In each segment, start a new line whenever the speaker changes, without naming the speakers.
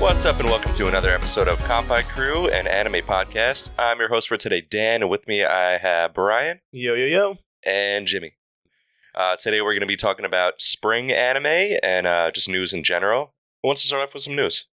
What's up, and welcome to another episode of Compi Crew, an anime podcast. I'm your host for today, Dan, and with me I have Brian
Yo, yo, yo.
and Jimmy. Uh, today we're going to be talking about spring anime and uh, just news in general. Who wants to start off with some news?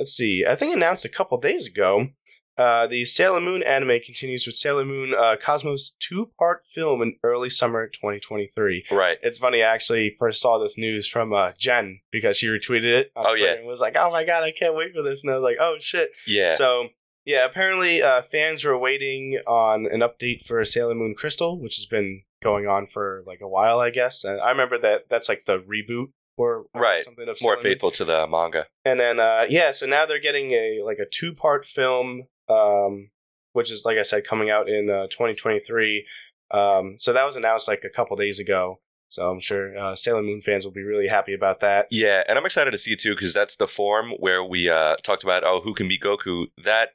Let's see. I think announced a couple days ago, uh, the Sailor Moon anime continues with Sailor Moon uh, Cosmos two part film in early summer 2023.
Right.
It's funny, I actually first saw this news from uh, Jen because she retweeted it. on
Oh,
Twitter
yeah.
And was like, oh my God, I can't wait for this. And I was like, oh shit.
Yeah.
So, yeah, apparently uh, fans were waiting on an update for Sailor Moon Crystal, which has been going on for like a while, I guess. And I remember that that's like the reboot or or
Right.
something of
More
Sailor Moon.
faithful to the manga.
And then uh yeah, so now they're getting a like a two part film, um, which is like I said, coming out in uh, 2023. Um, so that was announced like a couple days ago. So I'm sure uh, Sailor Moon fans will be really happy about that.
Yeah, and I'm excited to see too because that's the form where we uh, talked about oh who can beat Goku. That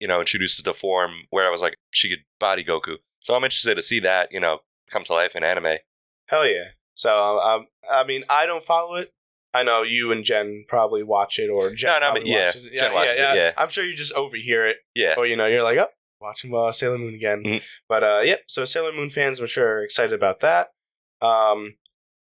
you know introduces the form where I was like she could body Goku. So I'm interested to see that you know come to life in anime.
Hell yeah! So um, I mean, I don't follow it. I know you and Jen probably watch it, or Jen
No, no,
probably
but yeah,
watches it.
Jen watches it, yeah.
I'm sure you just overhear it,
Yeah,
or you know, you're like, oh, watching uh, Sailor Moon again.
Mhm.
But uh, yep, so Sailor Moon fans, I'm sure, are excited about that. Um,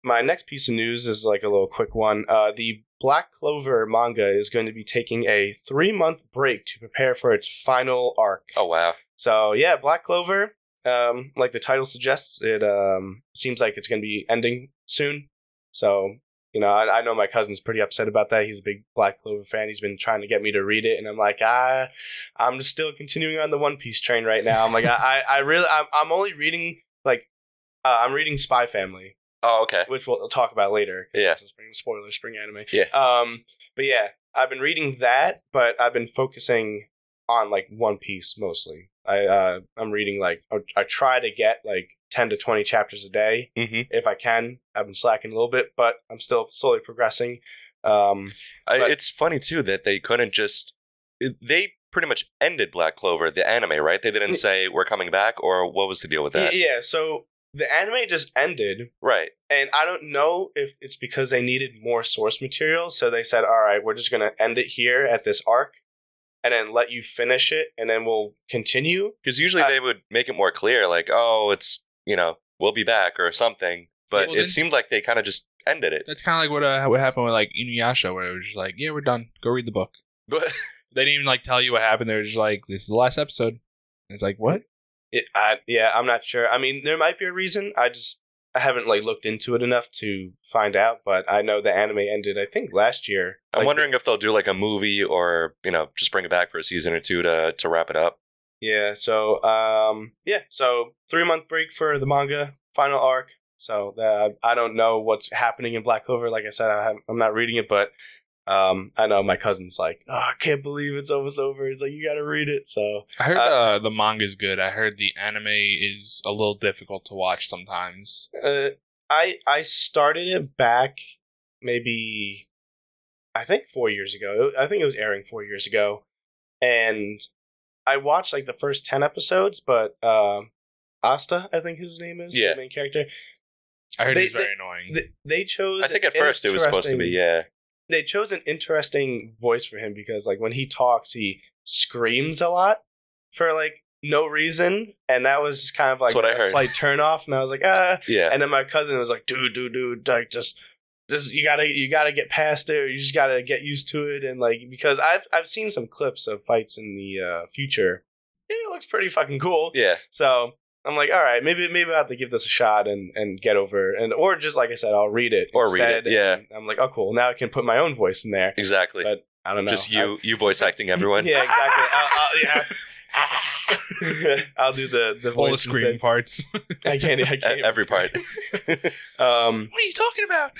my next piece of news is like a little quick one. Uh, the Black Clover manga is going to be taking a three month break to prepare for its final arc.
Oh wow.
So yeah, Black Clover. Um, like the title suggests, it um seems like it's going to be ending soon. So you know, I, I know my cousin's pretty upset about that. He's a big Black Clover fan. He's been trying to get me to read it, and I'm like, ah, I'm just still continuing on the One Piece train right now. I'm like, I, I, I really, I'm, I'm only reading like, uh, I'm reading Spy Family,
Oh okay.
which we'll talk about later. 'cause
Yeah.
It's a spring spoiler, spring anime.
Yeah.
Um, but yeah, I've been reading that, but I've been focusing on like One Piece mostly. I uh, I'm reading like I- I try to get like ten to twenty chapters a day
Mm-hmm.
if I can. I've been slacking a little bit, but I'm still slowly progressing. Um, But-
it's funny too that they couldn't just it- they pretty much ended Black Clover the anime right. They didn't say we're coming back or what was the deal with that.
y- yeah. So the anime just ended,
Right.
and I don't know if it's because they needed more source material, so they said, "All right, we're just gonna end it here at this arc, and then let you finish it, and then we'll continue."
Because usually
I-
they would make it more clear like oh it's you know we'll be back or something. But
Well,
it
then-
seemed like they kind of just ended it.
That's kind of like what uh, what happened with like Inuyasha, where it was just like, yeah, we're done. Go read the book.
But
They didn't even like tell you what happened. They were just like, this is the last episode. And it's like, what?
It, I, yeah, I'm not sure. I mean, there might be a reason. I just I haven't like looked into it enough to find out, but I know the anime ended. I think last year.
I'm
Like,
wondering if they'll do like a movie or you know just bring it back for a season or two to to wrap it up.
Yeah. So um, yeah. So three month break for the manga final arc. So uh, I don't know what's happening in Black Clover. Like I said, I have, I'm not reading it, but um, I know my cousin's like, oh, I can't believe it's almost over. He's like, you got to read it. So
I heard
Uh,
uh, the manga's good. I heard the anime is a little difficult to watch sometimes.
uh, I I started it back maybe I think four years ago. I think it was airing four years ago, and I watched like the first ten episodes. But um, Asta, I think his name is
Yeah.
the main character.
I heard
They-
it's very annoying.
Th- they chose.
I think at first it was supposed to be
interesting-
yeah.
They chose an interesting voice for him because like when he talks, he screams a lot for like no reason, and that was just kind of like
what I
a
heard.
slight turn off. And I was like, ah.
Yeah.
And then my cousin was like, dude, dude, dude, like just just you gotta you gotta get past it or you just gotta get used to it and like because I've I've seen some clips of fights in the uh, future. And it looks pretty fucking cool.
yeah.
So I'm like, all right, maybe maybe I have to give this a shot and and get over it. and or just like I said, I'll read it
Or read it,
instead.
yeah.
And I'm like, oh cool, now I can put my own voice in there.
Exactly.
But I don't know,
just you you voice acting
I,
everyone.
yeah, exactly. I'll, I'll, yeah, I'll do the the
All the
voice
screaming
instead.
parts.
I can't. I
E-
can't
Every part.
Um,
what are you talking about?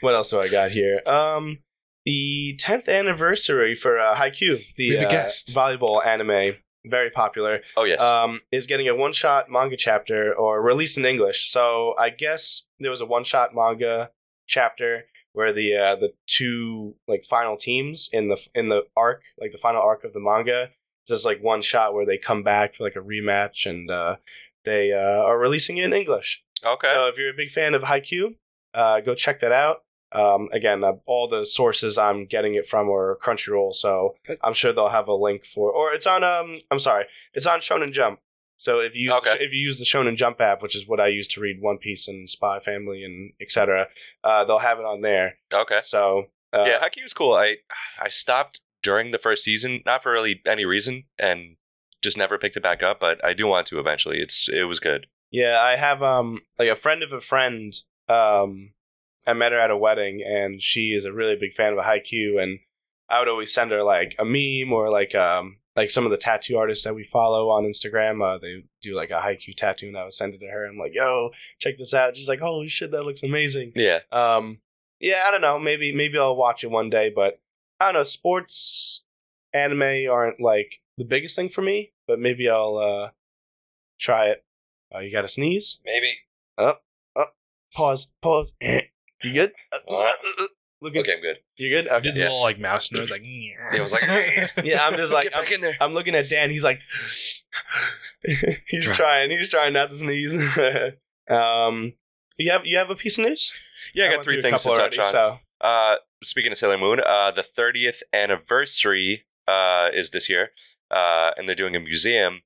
what else do I got here? Um, the 10th anniversary for uh, Haikyuu, the
We have a
uh,
guest.
volleyball anime, very popular,
Oh yes.
um, is getting a one-shot manga chapter or released in English. So I guess there was a one-shot manga chapter where the uh, the two like final teams in the in the arc, like the final arc of the manga, just like one shot where they come back for like a rematch and uh, they uh, are releasing it in English.
okay.
So if you're a big fan of Haikyuu, uh, go check that out. Um, again, uh, all the sources I'm getting it from are Crunchyroll, so
Good.
I'm sure they'll have a link for. Or it's on. Um, I'm sorry, it's on Shonen Jump. So if you use
Okay.
if you use the Shonen Jump app, which is what I use to read One Piece and Spy Family and etc., uh, they'll have it on there.
Okay.
So uh,
yeah, Haikyuu was cool. I I stopped during the first season, not for really any reason, and just never picked it back up. But I do want to eventually. It's it was good.
Yeah, I have um like a friend of a friend. Um, I met her at a wedding, and she is a really big fan of Haikyuu, and I would always send her like a meme or like um like some of the tattoo artists that we follow on Instagram. Uh, they do like a Haikyuu tattoo, and I would send it to her. I'm like, yo, check this out. She's like, holy shit, that looks amazing.
Yeah.
Um, yeah, I don't know. Maybe maybe I'll watch it one day, but I don't know. Sports anime aren't like the biggest thing for me, but maybe I'll uh try it. Oh, you got to sneeze.
Maybe.
Pause. Pause. You good?
Uh,
Look
Okay, I'm good.
You good?
I did
Okay.
the
Yeah.
little like mouse noise, like it
was like,
Yeah, I'm just like
Get
I'm,
back in there.
I'm looking at Dan. He's like, he's
Try.
trying. He's trying not to sneeze. um, you have you have a piece of news?
Yeah, I got
went
three
through a
things to
couple
touch
already,
on.
So
Uh, speaking of Sailor Moon, uh, the 30th anniversary uh, is this year, uh, and they're doing a museum.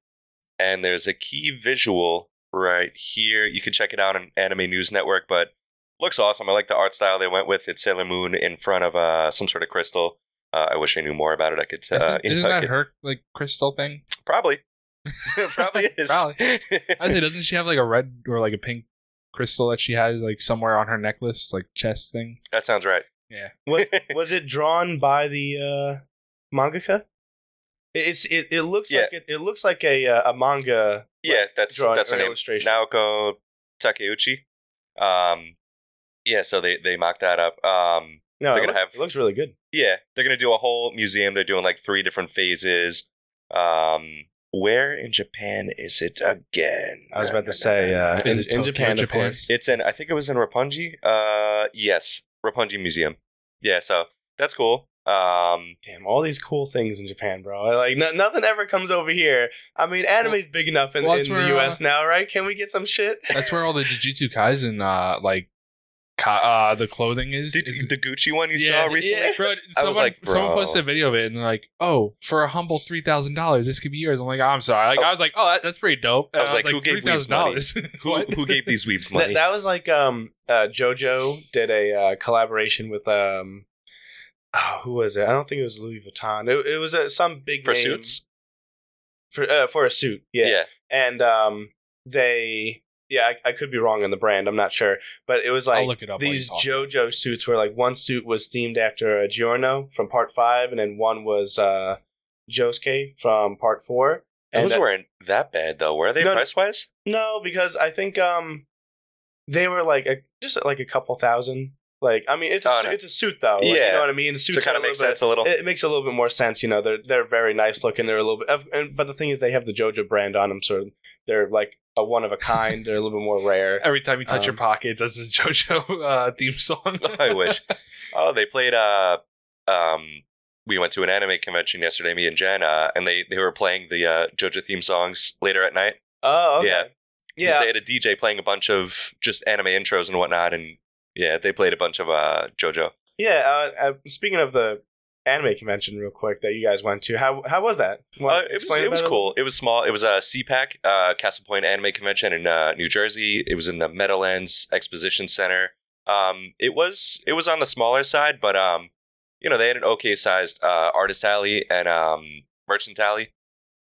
And there's a key visual right here. You can check it out on Anime News Network, but looks awesome. I like the art style they went with. It's Sailor Moon in front of uh, some sort of crystal. Uh, I wish I knew more about it. I could. Uh,
Isn't,
you know,
isn't
I
that
could-
her like crystal thing?
Probably. probably is.
Probably. I was like, doesn't she have like a red or like a pink crystal that she has like somewhere on her necklace, like chest thing?
that sounds right.
Yeah.
was was it drawn by the uh, mangaka? It- It's it, it looks
Yeah.
like it, it looks like a uh, a manga.
Yeah, that's
drawing
that's her
or
name.
illustration.
Naoko Takeuchi. Um, yeah, so they they mocked that up. Um,
No,
They're gonna
it looks,
have-
it looks really good.
yeah, they're gonna do a whole museum. They're doing like three different phases. Um, where in Japan is it again?
I was about to say uh,
Is
in,
it
in
Tokyo,
Japan, of
Japan?
course.
It's in I think it was in Roppongi. Uh, yes, Roppongi Museum. Yeah, so that's cool. Um,
Damn, all these cool things in Japan, bro. I Like no, nothing ever comes over here. I mean, anime's big enough in,
well, that's
in the
where,
U.S. now, right? Can we get some shit?
That's where all the Jujutsu Kaisen uh like ka- uh the clothing is.
did
Is-
the Gucci one you
Yeah,
saw recently?
yeah.
Bro,
I
someone,
was like,
someone
bro.
posted a video of it and they're like, oh, for a humble three thousand dollars, this could be yours. I'm like, I'm sorry. Like, I was like, oh, that, that's pretty dope. And
I was like, who gave weebs money?
$3,000?
Who
What?
who gave these weebs
that,
money?
that was like um uh, JoJo did a uh, collaboration with um oh, who was it? I don't think it was Louis Vuitton. It, it was uh, some big
for
name-
suits?
for uh, for a suit. Yeah.
yeah.
and um they yeah I, I could be wrong on the brand i'm not sure but it was
I'll
like
look it up while you
these
talk.
jojo suits were like one suit was themed after uh, giorno from part five and then one was uh josuke from part four
Those
and uh,
weren't that bad though, were they
No, no.
price wise?
no because i think um they were like a, just like a couple thousand like i mean it's a,
Oh,
su-
no.
it's a suit though Like, you
Yeah.
know what i mean suits
So it kind
are
of
a
makes
little bit-
sense a little.
it makes a little bit more sense, you know. They're they're very nice looking. They're a little bit, of- and, but the thing is, they have the JoJo brand on them, so they're like a one of a kind. They're a little bit more rare.
Every time you touch your
Um,
pocket, it does the JoJo uh, theme song.
I wish. Oh, they played. Uh, um, we went to an anime convention yesterday, me and Jen, uh, and they they were playing the uh, JoJo theme songs later at night.
Oh, okay.
Yeah. 'Cause
yeah.
they had a DJ playing a bunch of just anime intros and whatnot, and yeah, they played a bunch of uh, JoJo.
Yeah, uh, uh, speaking of the anime convention, real quick that you guys went to, how how was that?
Uh,
Want to
it was
explain
it was
about
cool. It was small. It was a CPAC, uh, Castle Point Anime Convention in uh, New Jersey. It was in the Meadowlands Exposition Center. Um, it was it was on the smaller side, but um, you know they had an okay sized uh, artist alley and um, merchant alley.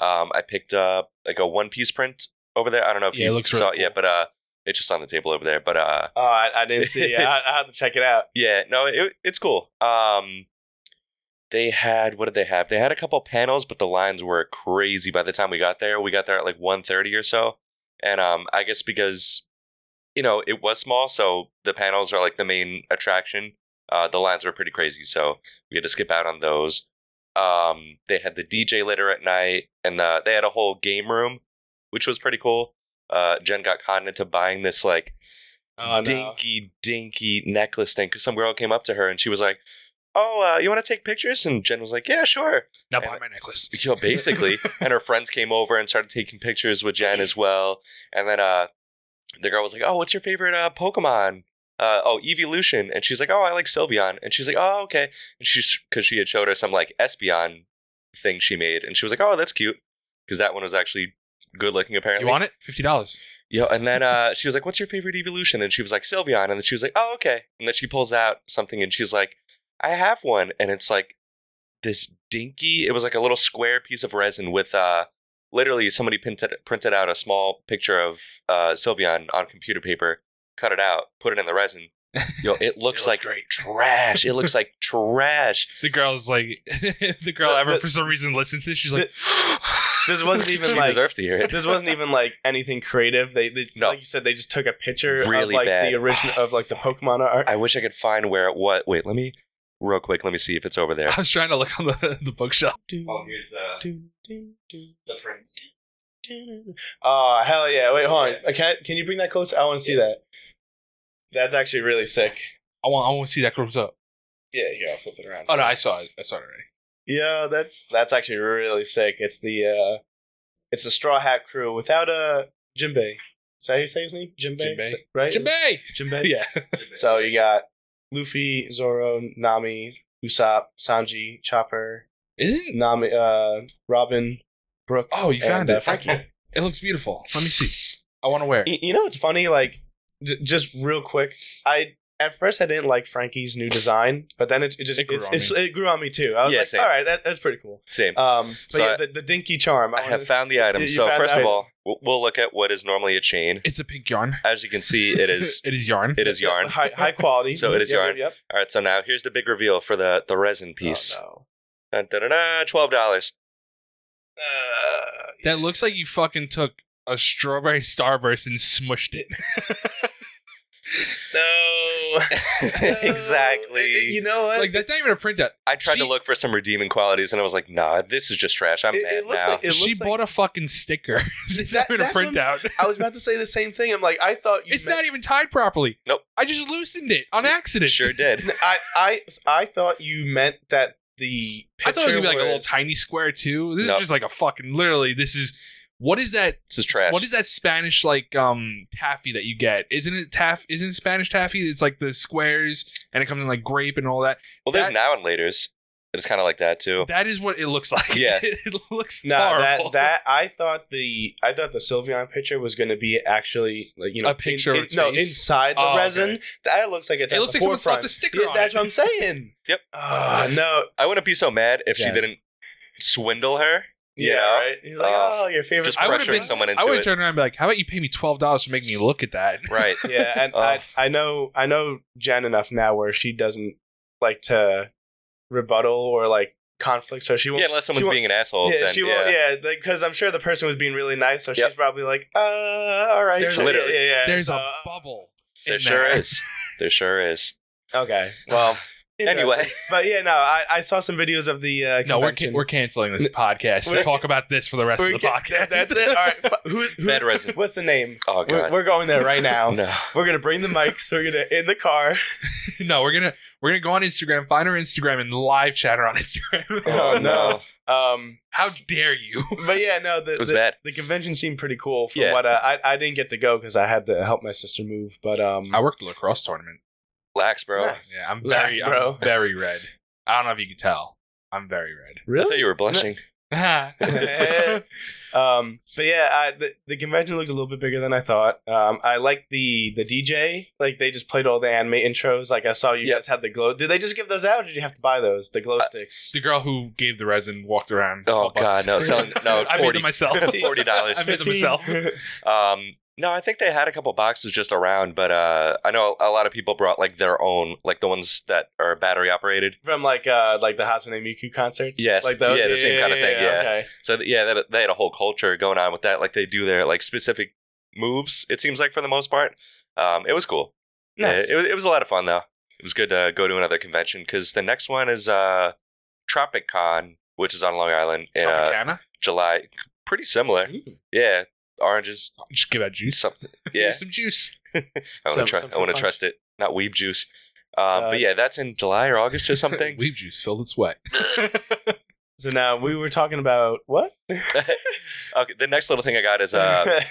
Um, I picked up like a one piece print over there. I don't know if
Yeah,
you
it looks
saw
really
it yet, but uh, it's just on the table over there. But uh,
Oh, I, I didn't see. it. I, I have to check it out.
yeah, no, it, it's cool. Um, they had what did they have? They had a couple panels, but the lines were crazy. By the time we got there, we got there at like 1.30 or so, and um, I guess because you know it was small, so the panels are like the main attraction. Uh, the lines were pretty crazy, so we had to skip out on those. Um, they had the DJ later at night, and the, they had a whole game room, which was pretty cool. Uh, Jen got caught into buying this like
Oh, no.
dinky dinky necklace thing because some girl came up to her and she was like oh uh, you want to take pictures and jen was like yeah sure
Now buy my necklace.
you know, basically and her friends came over and started taking pictures with jen as well and then uh, the girl was like oh what's your favorite uh, pokemon uh, oh, Evolution, and she's like, oh, I like Sylveon, and she's like, oh, okay, and she's because she had showed her some like Espeon thing she made, and she was like, oh, that's cute, because that one was actually good looking apparently.
You want it? Fifty dollars.
Yo, and then uh, she was like, "What's your favorite evolution?" And she was like, "Sylveon." And then she was like, "Oh, okay." And then she pulls out something, and she's like, "I have one," and it's like this dinky. It was like a little square piece of resin with uh, literally somebody printed printed out a small picture of uh, Sylveon on computer paper, cut it out, put it in the resin. Yo, it looks,
looks
like
great.
trash. It looks like trash.
The girl's like, if the girl
So
ever
the-
for some reason listens to, it, she's like,
This wasn't even
she
like
deserves to hear it.
this wasn't even like anything creative. They, they
No.
like you said, they just took a picture of
Really
like
bad.
the original of like the Pokemon art.
I wish I could find where it what. Wait, let me real quick. Let me see if it's over there.
I was trying to look on the the bookshelf.
Oh, here's the the prince.
Oh hell yeah! Wait, hold on. I can't, can you bring that closer? I want to see that. That's actually really sick.
I want I want to see that grows up.
Yeah, here I'll flip it around.
Oh no, I saw it. I saw it already.
Yeah, that's that's actually really sick. It's the uh it's the Straw Hat Crew without uh, Jimbei. Is that how you say his name? Jimbei,
Jinbei.
right?
Jinbei.
Jimbei.
Yeah.
So you got Luffy, Zoro, Nami, Usopp, Sanji, Chopper,
Isn't?
Nami, uh, Robin, Brooke.
Oh, you found
and, uh,
it. Thank
Frankie.
you. It looks beautiful. Let me see. I want to wear. it.
Y- You know, it's funny. Like, j- just real quick, I at first I didn't like Frankie's new design, but then it, it just
It
it
grew
grew,
on
it's, it's, it grew on me too. I was
Yeah,
like,
same.
all right, that, that's pretty cool.
Same.
Um, but
So
yeah,
I-
the, the dinky charm.
I have
wanna-
found the item.
You
So
found
first
the
of
item.
all, we'll- we'll look at what is normally a chain.
It's a pink yarn.
As you can see, it is
it is yarn.
it is yarn.
high, high quality.
So it is
Yep,
yarn.
Yep.
All right, so now here's the big reveal for the the resin piece.
Oh,
Dun, dun, dun, dun, Twelve dollars.
no. Uh,
That looks like you fucking took a strawberry starburst and smushed it.
no.
exactly.
It- it- you know what?
like that's not even a printout.
I tried to
she-
look for some redeeming qualities, and I was like, Nah, this is just trash. I'm
It-
mad
it looks
now.
like it-
she
looks like-
bought a fucking sticker. it's
That-
not even a
that's what I'm
printout.
I was about to say the same thing. I'm like, I thought you.
It's
meant-
not even tied properly.
Nope.
I just loosened it on accident.
sure did.
I, I, I thought you meant that the.
I thought it was
picture
gonna be like a little tiny square too. This
Nope.
is just like a fucking literally. This is what is that?
This is trash.
What is that Spanish like um taffy that you get? Isn't it taff? Isn't Spanish taffy? It's like the squares and it comes in like grape and all that.
well, there's
that-
now and later's. It's kind of like that too.
That is what it looks like.
Yeah.
it looks
No,
horrible.
Oh. that that I thought the I thought the Sylveon picture was going to be actually like you know
A picture
in,
of its
no
face?
inside the
Oh, okay.
resin that looks like it's
It
at
looks
the
like someone slapped
forefront.
a sticker
Yeah,
on
that's
it.
what I'm saying.
Yep.
Ah, no.
I wouldn't be so mad if she
Yeah.
didn't swindle her. You
Yeah.
know?
Right. He's like,
Oh.
oh, your favorite.
Just
I would've
pressuring
been-
someone into
I would
it.
turn around and be like, "How about you pay me twelve dollars for making me look at that?"
Right.
yeah, and
Oh.
I I know I know Jen enough now where she doesn't like to rebuttal or like conflict, so she won't.
Yeah, unless someone's
won't-
being an asshole.
yeah,
then,
she won't. Yeah, because I'm sure the person was being really nice, so
Yep.
she's probably like, uh, all right,
There's
sure,
literally-
yeah, yeah, yeah.
There's
so,
a bubble. in
There sure
that.
is. There sure is.
uh, okay. Well,
Anyway.
interesting. but yeah, no, I, I saw some videos of the uh,
No, we're,
convention.
ca- we're canceling this podcast.
We're-
talk about this for the rest
We're
of the
ca-
podcast.
That's it. All right. But Who, who,
Bad resin.
What's the name?
Oh
We're,
god.
we're going there right now.
no.
We're gonna bring the mics. We're gonna in the car.
no, we're gonna we're gonna go on Instagram, find her Instagram, and live chat her on Instagram.
Oh, no. Um,
How dare you?
but yeah, no, the,
It was
the,
bad.
the convention seemed pretty cool. From
Yeah.
what uh, I I didn't get to go because I had to help my sister move. But um,
I worked the lacrosse tournament.
Lax, bro.
Nice.
Yeah, I'm
Relax,
very
bro.
I'm very red. I don't know if you can tell. I'm very red.
I thought you were blushing.
I
um, but yeah, I, the the convention looked a little bit bigger than I thought. Um, I liked the the DJ. Like they just played all the anime intros. Like I saw you
Yep.
guys had the glow. Did they just give those out? or Did you have to buy those? The glow
Uh,
sticks.
the girl who gave the resin walked around.
Oh
Couple
god,
bucks.
no, selling no
I made
forty
them myself.
forty dollars.
I made them myself.
Um no, I think they had a couple boxes just around, but uh, I know a lot of people brought like their own, like the ones that are battery operated.
From like uh like the Hatsune Miku concerts.
Yes.
Like
Yeah, the same kinda thing, yeah.
Okay.
So th- yeah, that, they had a whole culture going on with that. Like they do their like specific moves. It seems like for the most part, um, it was cool.
Nice.
Yeah, it, was- it was a lot of fun though. It was good to go to another convention because the next one is uh, TropicCon, which is on Long Island in uh,
Tropicana.
July. Pretty similar.
Mm.
Yeah, oranges,
Just give that juice.
something. Yeah,
Some juice.
I want to
Some-
try.
some
I want
fruit
to
punch.
trust it. Not weeb juice. Um,
Uh,
but yeah, that's in July or August or something.
Weave juice filled with sweat.
So now we were talking about what?
okay, the next little thing I got is uh,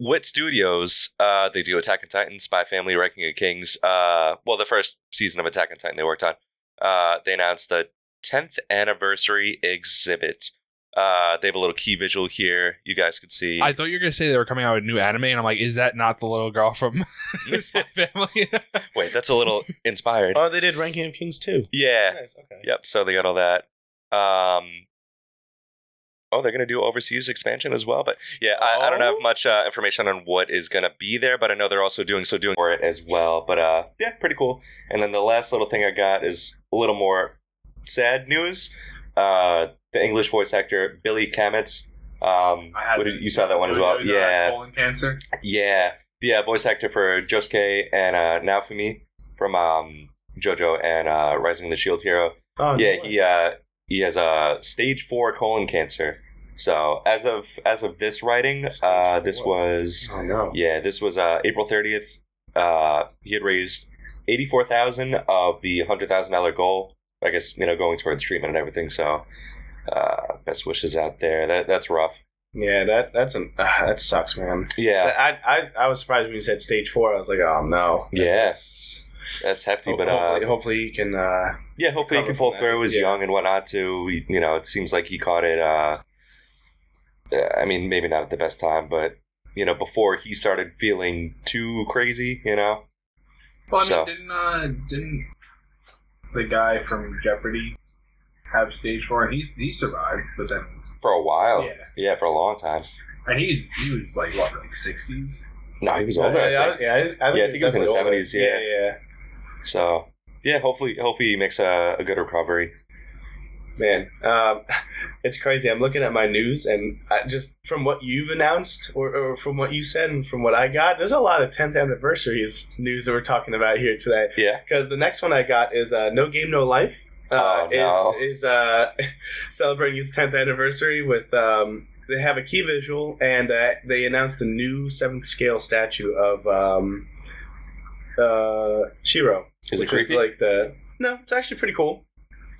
Wit Studios, uh, they do Attack on Titan, Spy Family, Ranking of Kings. Uh, well, the first season of Attack on Titan they worked on. Uh, they announced the 10th anniversary exhibit. Uh, they have a little key visual here. You guys can see.
I thought you were gonna say they were coming out with a new anime, and I'm like, is that not the little girl from the Spy Family?
Wait, that's a little inspired.
Oh, they did Ranking of Kings too.
Yeah.
Nice. Okay.
Yep. So they got all that. Um, oh, they're gonna do overseas expansion as well. But yeah, I, I don't
Oh?
have much uh, information on what is gonna be there, but I know they're also doing so doing for it as well. But uh, yeah, pretty cool. And then the last little thing I got is a little more sad news. Uh, the English voice actor Billy Kamitz. Um, what did- you saw that one as well. Yeah,
Colon cancer.
yeah, yeah. Voice actor for Josuke and uh, Naofumi from um, JoJo and uh, Rising of the Shield Hero
Oh,
yeah,
no way.
he uh, he has a stage four colon cancer. So as of as of this writing, uh, this
four.
was
Oh no.
yeah, this was uh, April thirtieth. Uh, he had raised eighty four thousand of the hundred thousand dollar goal. I guess you know going towards treatment and everything. So uh, best wishes out there. That that's rough.
Yeah, that that's an uh, that sucks, man.
Yeah,
I, I I was surprised when you said stage four. I was like, oh no.
Yeah.
That's-
that's hefty. But uh,
hopefully, hopefully you can. Uh,
Yeah, hopefully he
recover
can pull
from that.
through. He's
Yeah.
young and whatnot too. He- You know, it seems like he caught it. Uh, uh, I mean, maybe not at the best time, but you know, before he started feeling too crazy. You know,
Well, I mean,
So-
didn't uh, didn't the guy from Jeopardy have stage four, and he's he survived, but then
for a while.
yeah,
Yeah, for a long time.
and he's he was like what like sixties.
No, he was older. I think.
yeah, I,
Yeah, I think it was in the
definitely older.
70s, yeah.
yeah, yeah.
So yeah, hopefully, hopefully he makes a, a good recovery.
Man, um, it's crazy. I'm looking at my news, and I, just from what you've announced, or, or from what you said, and from what I got, there's a lot of 10th anniversaries news that we're talking about here today.
Yeah.
Because the next one I got is uh, No Game No Life. Uh,
Oh, no.
Is, is uh, celebrating its 10th anniversary with um, they have a key visual, and uh, they announced a new seventh scale statue of um, uh, Shiro.
Is it
which was
creepy?
Like the no, it's actually pretty cool.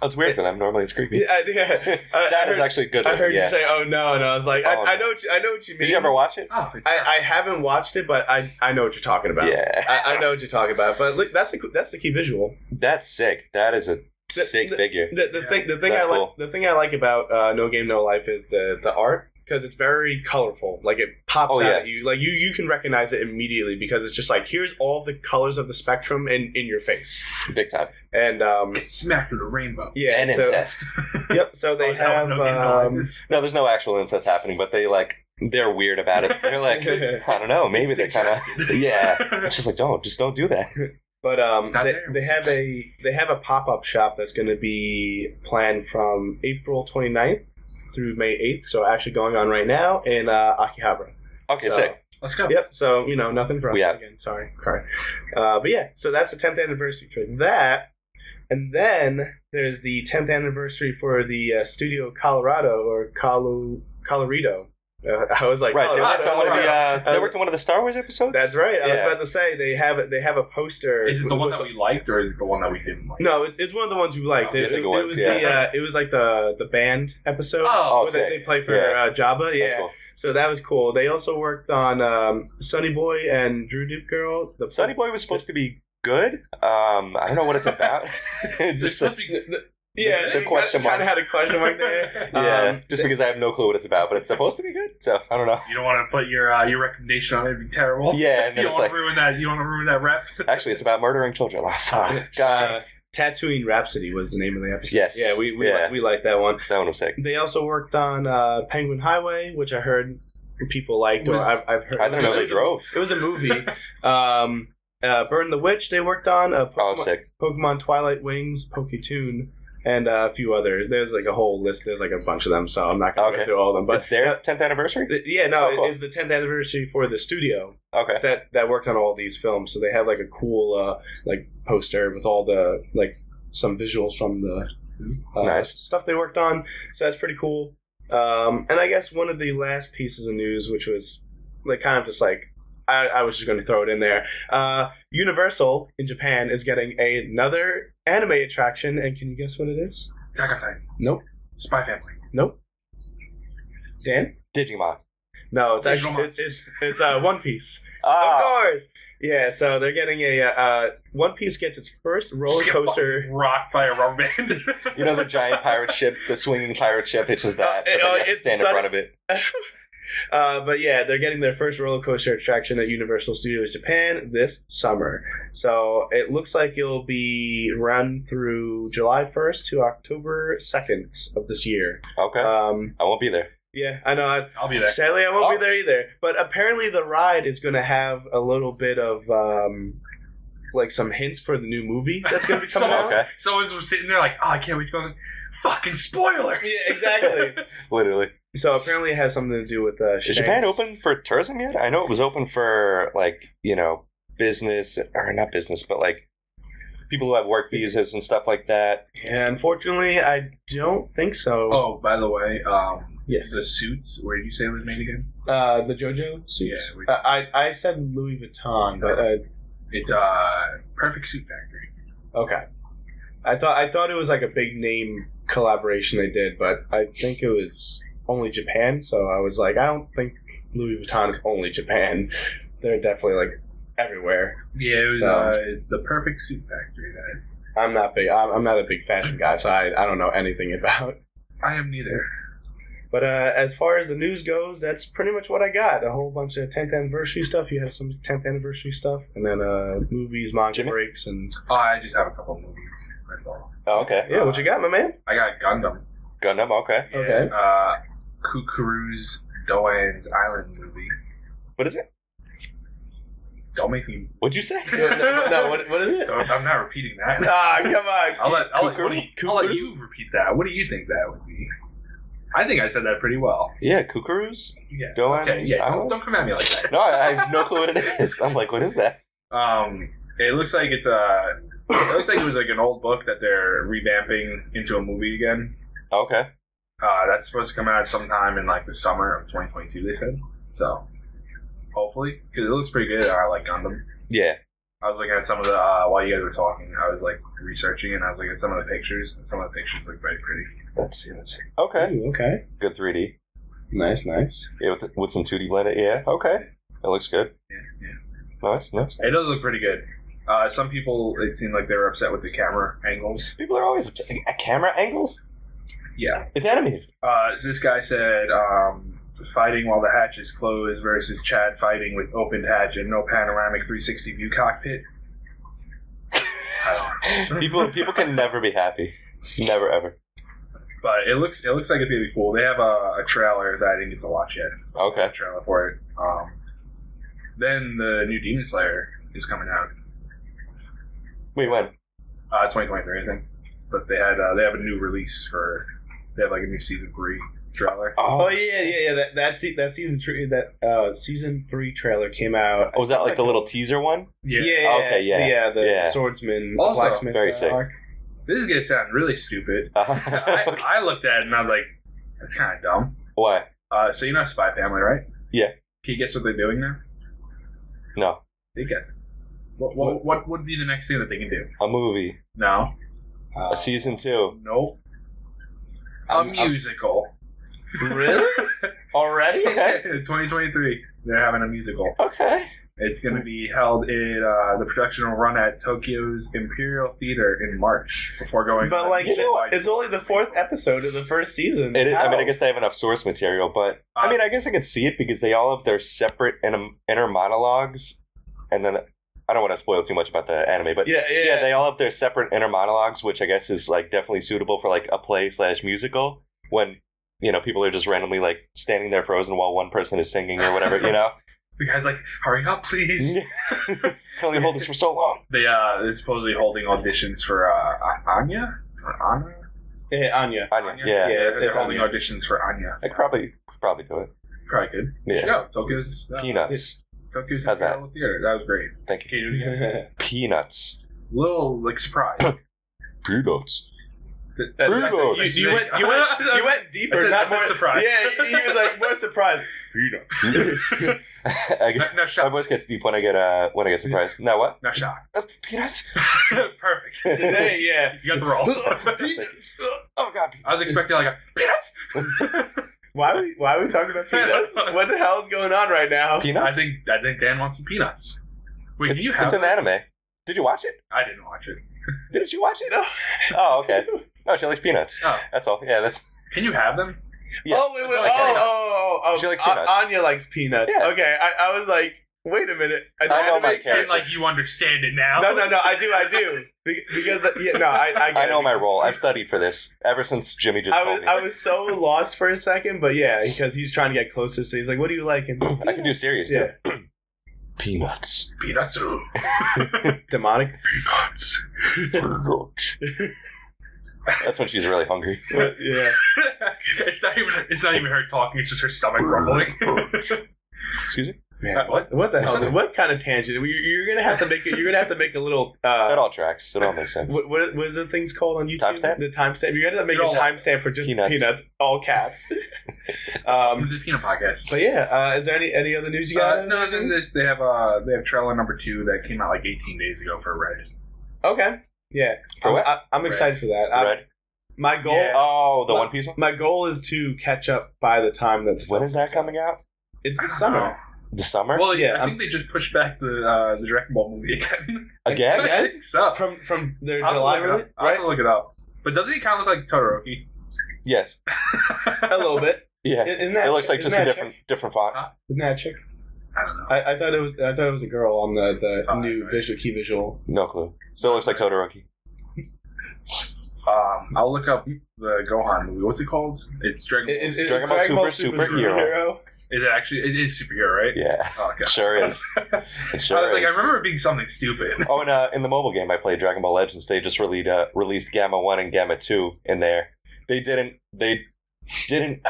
oh, it's weird for them. Normally, it's creepy.
Yeah, I- yeah.
That is
I, I heard,
actually good.
I heard
yeah.
you say, "Oh no," and I was like,
Oh,
I, "I
no.
know, what you, I know what you mean."
Did you ever watch it?
Oh, it's
I, I haven't watched it, but I, I know what you're talking about.
Yeah,
I, I know what you're talking about. But look, that's the that's the key visual.
that's sick. That is a sick
the-
figure.
The, the
Yeah.
thing the thing
That's
I like
cool.
the thing I like about uh, No Game No Life is the the art because it's very colorful. Like it pops
Oh,
out
yeah.
at you. Like you you can recognize it immediately because it's just like here's all the colors of the spectrum in in your face.
Big time.
And um
smack with a rainbow.
yeah,
and
so,
incest.
Yep. So they
Oh, that
have
one, no, no,
um,
it's-
No, there's no actual incest happening, but they like they're weird about it. They're like, I don't know, maybe they're kind of
Suggested.
yeah. It's just like don't, just don't do that.
But um,
It's out
they,
there.
they have a they have a pop up shop that's going to be planned from April 29th through May 8th. So actually going on right now in uh, Akihabara.
Okay,
So-
sick.
Let's go.
Yep. So you know nothing for us
Yeah.
again. Sorry, sorry. Uh, but yeah, so that's the 10th anniversary for that, and then there's the 10th anniversary for the uh, Studio Colorado or Colo Colorado. Uh, I was like,
right, they
Colorado,
worked on one of the uh, they
Uh,
worked on one of the Star Wars episodes.
that's right. I was
Yeah.
about to say they have they have a poster.
Is it the
with-
one
with
that we liked, or is it the one that we didn't like?
No, it, it's one of the ones you liked.
Oh,
I
it,
think
it
it was,
was the
yeah.
uh, it was like the the band episode.
Oh,
Oh,
where they,
sick.
they play for
Yeah.
uh, Jabba. Yeah,
That's cool.
so that was cool. They also worked on um, Sunny Boy and Drew Deep Girl. The
Sunny Boy was supposed to be good. Um, I don't know what it's about.
it's
just
supposed to be.
yeah,
the
they
question mark.
Kind of had a question mark there.
yeah,
um,
just because I have no clue what it's about, but it's supposed to be good. So I don't know.
You don't want to put your uh, your recommendation on it; it'd be terrible.
Yeah, and
you
then
don't
it's
want
like
to ruin that. You don't want to ruin that rep.
actually, it's about murdering children. Ah, fuck. God,
Uh, Tatooine Rhapsody was the name of the episode.
Yes.
Yeah, we we,
Yeah.
Like, we like that one.
that one was sick.
They also worked on uh, Penguin Highway, which I heard people liked. or
Was-
I've, I've heard.
I don't know.
It
They
was a-
drove.
It was a movie. um, uh, Burn the Witch. They worked on. Uh,
Oh,
Pokemon-
it's sick.
Pokemon Twilight Wings, Poketoon, and uh, a few others. There's like a whole list. There's like a bunch of them, so I'm not gonna
Okay.
go through all of them. But
it's their 10th anniversary.
Th- yeah, no,
Oh, cool.
it's the 10th anniversary for the studio
Okay.
that that worked on all these films. So they have like a cool uh, like poster with all the like some visuals from the uh,
Nice.
stuff they worked on. So that's pretty cool. Um, and I guess one of the last pieces of news, which was like kind of just like I, I was just going to throw it in there. Uh, Universal in Japan is getting another anime attraction, and can you guess what it is?
Attack on Titan.
Nope.
Spy Family.
Nope. Dan?
Digimon.
No, it's
Digital
actually it's it's, it's uh, One Piece. Of
Ah,
course. Yeah, so they're getting a uh, uh, One Piece gets its first roller
Just get
coaster.
fucking rocked by a rubber band.
you know the giant pirate ship, the swinging pirate ship. It's just that.
Uh,
but then
uh,
you have to
it's
stand in
sudden-
front of it.
Uh, but yeah, they're getting their first roller coaster attraction at Universal Studios Japan this summer. So it looks like it'll be run through July 1st to October 2nd of this year.
Okay,
Um,
I won't be there.
yeah, I know. I,
I'll be there.
sadly, I won't
Oh.
be there either. But apparently, the ride is going to have a little bit of um, like some hints for the new movie that's going to be coming
Someone's-
out.
Okay,
Someone's sitting there like, oh, I can't wait to go. on." Fucking spoilers.
Yeah, exactly.
literally.
So apparently, it has something to do with uh,
Is
Shanks.
Japan open for tourism yet? I know it was open for like you know business or not business, but like people who have work visas and stuff like that.
Yeah, unfortunately, I don't think so.
Oh, by the way, um,
Yes.
the suits. Where did you say it was made again?
Uh, the JoJo suits.
Yeah, we-
Uh, I I said Louis Vuitton, but uh,
It's uh, Perfect Suit Factory.
okay. I thought I thought it was like a big name collaboration they did, but I think it was only Japan. So I was like, I don't think Louis Vuitton is only Japan. They're definitely like everywhere.
Yeah, it was,
So-
uh, it's the Perfect Suit Factory that
I'm not big. I'm, I'm not a big fashion guy, so I I don't know anything about.
I am neither.
But uh, as far as the news goes, that's pretty much what I got. A whole bunch of 10th anniversary stuff. You have some 10th anniversary stuff, and then uh, movies, manga
Jimmy?
breaks, and
Oh, I just have a couple movies. That's all.
Oh, okay,
yeah. What you got, my man?
I got Gundam.
Gundam. Okay,
Okay.
Uh, Kukuru's Doan's Island movie.
what is it?
Don't make me.
What'd you say?
Yeah, no, no, what, what is it?
Don't, I'm not repeating that.
Ah, come on.
I'll let, I'll, let, what do you, I'll let
Kukuru?
you repeat that. What do you think that would be? I think I said that pretty well.
Yeah, Kukurus.
Yeah.
Doan's
Okay. Yeah. Don't,
Island?
don't come at me like that.
No, I I have no clue what it is. I'm like, what is that?
Um, it looks like it's a. It looks like it was like an old book that they're revamping into a movie again.
Okay,
Uh, that's supposed to come out sometime in like the summer of 2022. They said so. Hopefully, because it looks pretty good. I like Gundam.
yeah,
I was looking at some of the uh, while you guys were talking. I was like researching, and I was looking at some of the pictures. And some of the pictures look very pretty.
let's see, let's see. Okay,
Ooh, okay.
good 3D.
Nice, nice.
Yeah, with, with some 2D blended. Yeah, okay, it looks good.
Yeah, yeah.
Nice, nice.
It does look pretty good. Uh, some people it seemed like they were upset with the camera angles.
People are always upset. at camera angles.
Yeah.
It's animated.
Uh, so this guy said um, fighting while the hatch is closed versus Chad fighting with opened hatch and no panoramic 360 view cockpit.
people, people can never be happy. Never ever.
But it looks it looks like it's gonna be cool. They have a, a trailer that I didn't get to watch yet.
Okay.
a trailer for it. Um, then the new Demon Slayer is coming out.
Wait, when?
Uh, 2023, I think. But they had uh, they have a new release for they have like a new season three trailer.
Oh, yeah, yeah, yeah. That that, se- that season three that uh, season three trailer came out.
Oh, was that like the little teaser one?
Yeah.
Okay, yeah,
Yeah. The
yeah.
swordsman.
Also,
blacksmith,
very
uh,
sick.
arc.
This is gonna sound really stupid. I,
Uh, okay.
I looked at it and I'm like, that's kind of dumb.
Why?
Uh, so you know Spy Family, right?
Yeah.
Can you guess what they're doing now?
No,
You guess. What, what what would be the next thing that they can do?
a movie,
No.
a season two.
Nope. A
I'm- I'm-
musical.
Really? Already?
Okay.
2023. They're having a musical.
Okay.
It's going to be held in uh, the production will run at Tokyo's Imperial Theater in March before going.
But like,
You know what?
it's only the fourth episode of the first season.
It is, I mean,
How?
I guess they have enough source material, but I
Uh,
mean, I guess I could see it because they all have their separate inner, inner monologues, and then I don't want to spoil too much about the anime, but yeah,
Yeah, yeah.
they all have their separate inner monologues, which I guess is like definitely suitable for like a play slash musical when you know people are just randomly like standing there frozen while one person is singing or whatever, you know.
the guy's like, "Hurry up, please!"
Can only hold this for so long.
They uh, they're supposedly holding auditions for uh, Anya or Anna.
Hey, Anya.
Anya, yeah,
Yeah,
yeah
it's-
they're
it's
holding
Anya.
auditions for Anya.
I could probably could probably do it.
Probably good.
Yeah.
No, Tokyo's uh,
Peanuts,
Tokyo's
How's that?
Imperial Theater. That was great.
thank you.
Can you do it again?
Peanuts,
Little like surprise.
peanuts.
Th-
That's-
I said-
Frugal.
You, you went, you went, you went deeper.
I said- I
not
said
more
surprised.
Yeah, he was like more surprised.
peanuts. I
No,
get-
no
my
shock.
voice gets deep when I get uh when I get surprised. No, what?
No shock.
Uh, peanuts.
Perfect.
Hey, yeah.
You got the role.
oh God.
I was expecting like a peanuts.
Why are we, why are we talking about peanuts? what the hell is going on right now?
I
Peanuts.
think I think Dan wants some peanuts. Wait,
it's,
do you
it's
have?
an anime. Did you watch it?
I didn't watch it.
Didn't you watch it? No. Oh, okay. No, she likes peanuts.
Oh,
That's all. Yeah, that's
can you have them?
Yeah.
oh, wait, wait.
She
Oh,
likes
oh,
peanuts.
oh, oh, oh.
She likes
A-
peanuts.
Anya likes peanuts.
Yeah.
Okay, I, I was like, wait a minute. I
know
don't
my
make-
character.
And, like you understand it now.
No, no, no. I do, I do. Be- Because, the, yeah, no, I, I, get
I
it.
know my role. I've studied for this ever since Jimmy just
I
told
was,
me.
I was so lost for a second, but yeah, because he's trying to get closer. So he's like, "What do you like?" And
I can do serious
yeah,
Peanuts.
Peanuts.
demonic.
Peanuts.
Peanuts. That's when she's really hungry.
But, yeah.
it's not even. It's not even her talking. It's just her stomach rumbling.
Excuse me.
Man,
What?
What the hell? What kind of tangent? We- You're gonna have to make it. You're gonna have to make a little.
That
Uh,
all tracks. It all makes sense.
what, what what is the things called on YouTube?
Timestamp?
The timestamp. You're gonna have to make
It all-
a timestamp for just
Peanuts.
peanuts, all caps. um,
the peanut podcast.
but yeah, uh, is there any any other news you got?
Uh, no, then this- they have uh they have trailer number two that came out like 18 days ago for Red.
Okay. Yeah.
For what?
I, I'm excited for that. I,
Red.
my goal.
Yeah.
Oh, the
What?
One Piece one.
My goal is to catch up by the time that
When is that coming out?
It's
I
the
don't
summer.
know.
The summer
Uh, Well, yeah,
Yeah,
I think they just pushed back the uh, the Dragon Ball movie again.
again?
I think so.
From from their
I'll have,
July,
to look it up. I'll have
right?
to look it up. But doesn't he kind of look like Todoroki?
Yes.
a little bit.
Yeah.
Isn't that,
It looks like
isn't
just a
that
different
chick?
different font.
Isn't that a chick?
I don't know.
I, I thought it was. I thought it was a girl on the the
Oh,
new
right.
visual key visual.
No clue. Still looks like Todoroki.
Um, I'll look up the Gohan movie. What's it called? It's Dragon. Ball.
is-
Is,
is- Dragon Ball Super Superhero?
it actually? It is superhero, right?
Yeah.
Oh god.
It sure is. It
I
sure
was like, I
is.
remember it being something stupid.
Oh, and uh, in the mobile game I played, Dragon Ball Legends, they just released uh, released Gamma One and Gamma Two in there. They didn't. They didn't.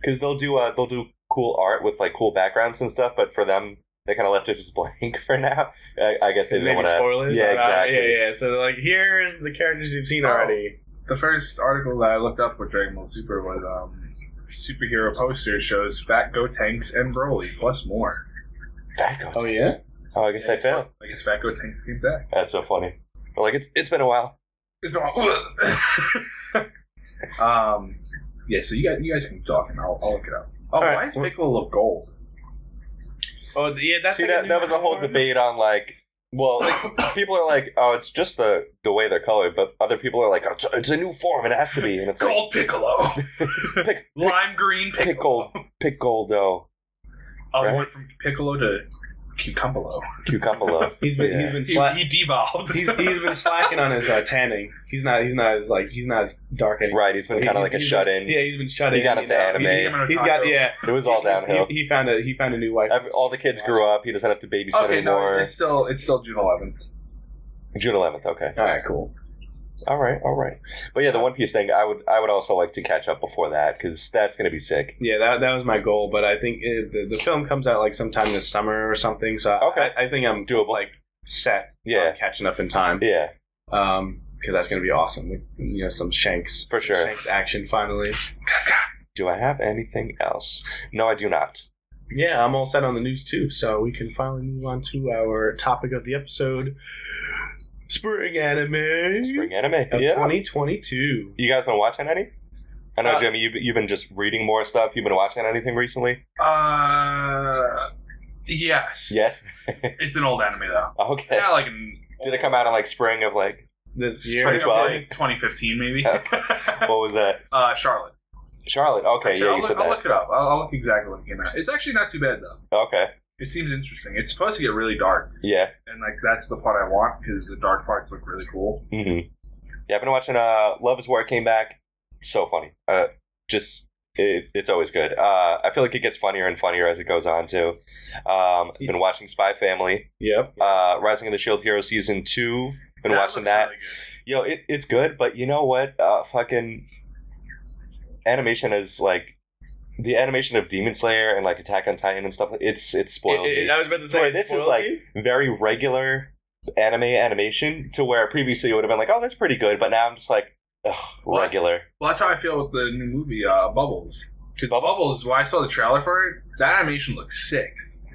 Because they'll do uh, they'll do cool art with like cool backgrounds and stuff, but for them, they kind of left it just blank for now. I, I guess they didn't
Maybe
want to.
spoilers.
yeah,
Uh,
exactly.
Yeah, yeah. So like, here's the characters you've seen
Oh.
already.
The first article that I looked up with Dragon Ball Super was um, superhero poster shows Fat Gotenks and Broly plus more.
Oh yeah.
Oh, I guess they failed.
I guess Fat Gotenks came back.
That's so funny. But like it's it's been a while.
It's been a- um, yeah. So you guys, you guys can talk, and I'll, I'll look it up. Oh,
All right.
why is Piccolo look gold?
Oh yeah. That's
See
like a
that
new
that was a whole
form.
debate on like. Well, like, people are like, oh, it's just the the way they're colored, but other people are like, oh, it's, it's a new form, it has to be, and it's like
Gold Piccolo,
pick
lime green Piccolo.
pick goldo.
Oh,
Right.
he went from Piccolo to Cucumbalo.
Cucumbalo.
He's been
Yeah.
he's been
He,
slack.
he devolved.
He's, he's been slacking on his uh, tanning. He's not. He's not as like. He's not as dark anymore.
right. He's been kind of like a shut in.
Yeah, he's been shut in.
He got
you
into
know.
anime.
He-
became an
He's
otaku.
got yeah.
It was all
He- he-
downhill.
He, he found a he found a new wife.
Every- all the kids grew up. He doesn't have to babysit
Okay, no,
anymore.
it's still it's still June 11th.
June eleventh. Okay.
All right, cool.
All right. All right. But yeah, the One Piece thing. I would. I would also like to catch up before that because that's gonna be sick.
Yeah, that, that was my goal, but I think it, the, the film comes out like sometime this summer or something. So
Okay.
I, I think I'm
Doable.
like set
Yeah.
on catching up in time.
Yeah.
Um, because that's gonna be awesome. With, you know, some Shanks
For sure.
Shanks action finally.
Do I have anything else? No, I do not.
Yeah, I'm all set on the news too, so we can finally move on to our topic of the episode: spring anime
Mm-hmm.
Spring anime.
of
yeah.
2022.
You guys been watching any? I know,
Uh,
Jimmy. You've, you've been just reading more stuff. You've been watching anything recently?
Uh, yes.
Yes.
It's an old anime though.
Okay.
Yeah, like an
Did it come out in like spring of like
This
Spring-
year,
Twenty twelve,
2012?
twenty fifteen, maybe.
what was that?
uh, Charlotte.
Charlotte. Okay.
Actually,
yeah,
I'll,
you
look,
said
I'll
that.
look it up. I'll, I'll look exactly when it came out. It's actually not too bad though.
Okay.
It seems interesting. It's supposed to get really dark,
Yeah.
and like that's the part I want because the dark parts look really cool.
Mm-hmm. Yeah, I've been watching uh, Love is War came back. So funny. Uh, just it, it's always good. Uh, I feel like it gets funnier and funnier as it goes on too. Um, I've been watching Spy Family,
yep.
uh, Rising of the Shield Hero season two. Been watching
looks
that.
really good.
Yo, it, it's good, but you know what? Uh, fucking animation is like the animation of Demon Slayer and like Attack on Titan and stuff. It's it's spoiled.
It- it-
me
I was about to say,
Sorry,
it
this is
spoiled
like-
you?
very regular anime animation to where previously it would have been like, oh, that's pretty good, but now I'm just like, ugh,
What?
regular.
Well, that's how I feel with the new movie uh, Bubbles. Because
Bubble-
Bubbles, when I saw the trailer for it, that animation looks sick.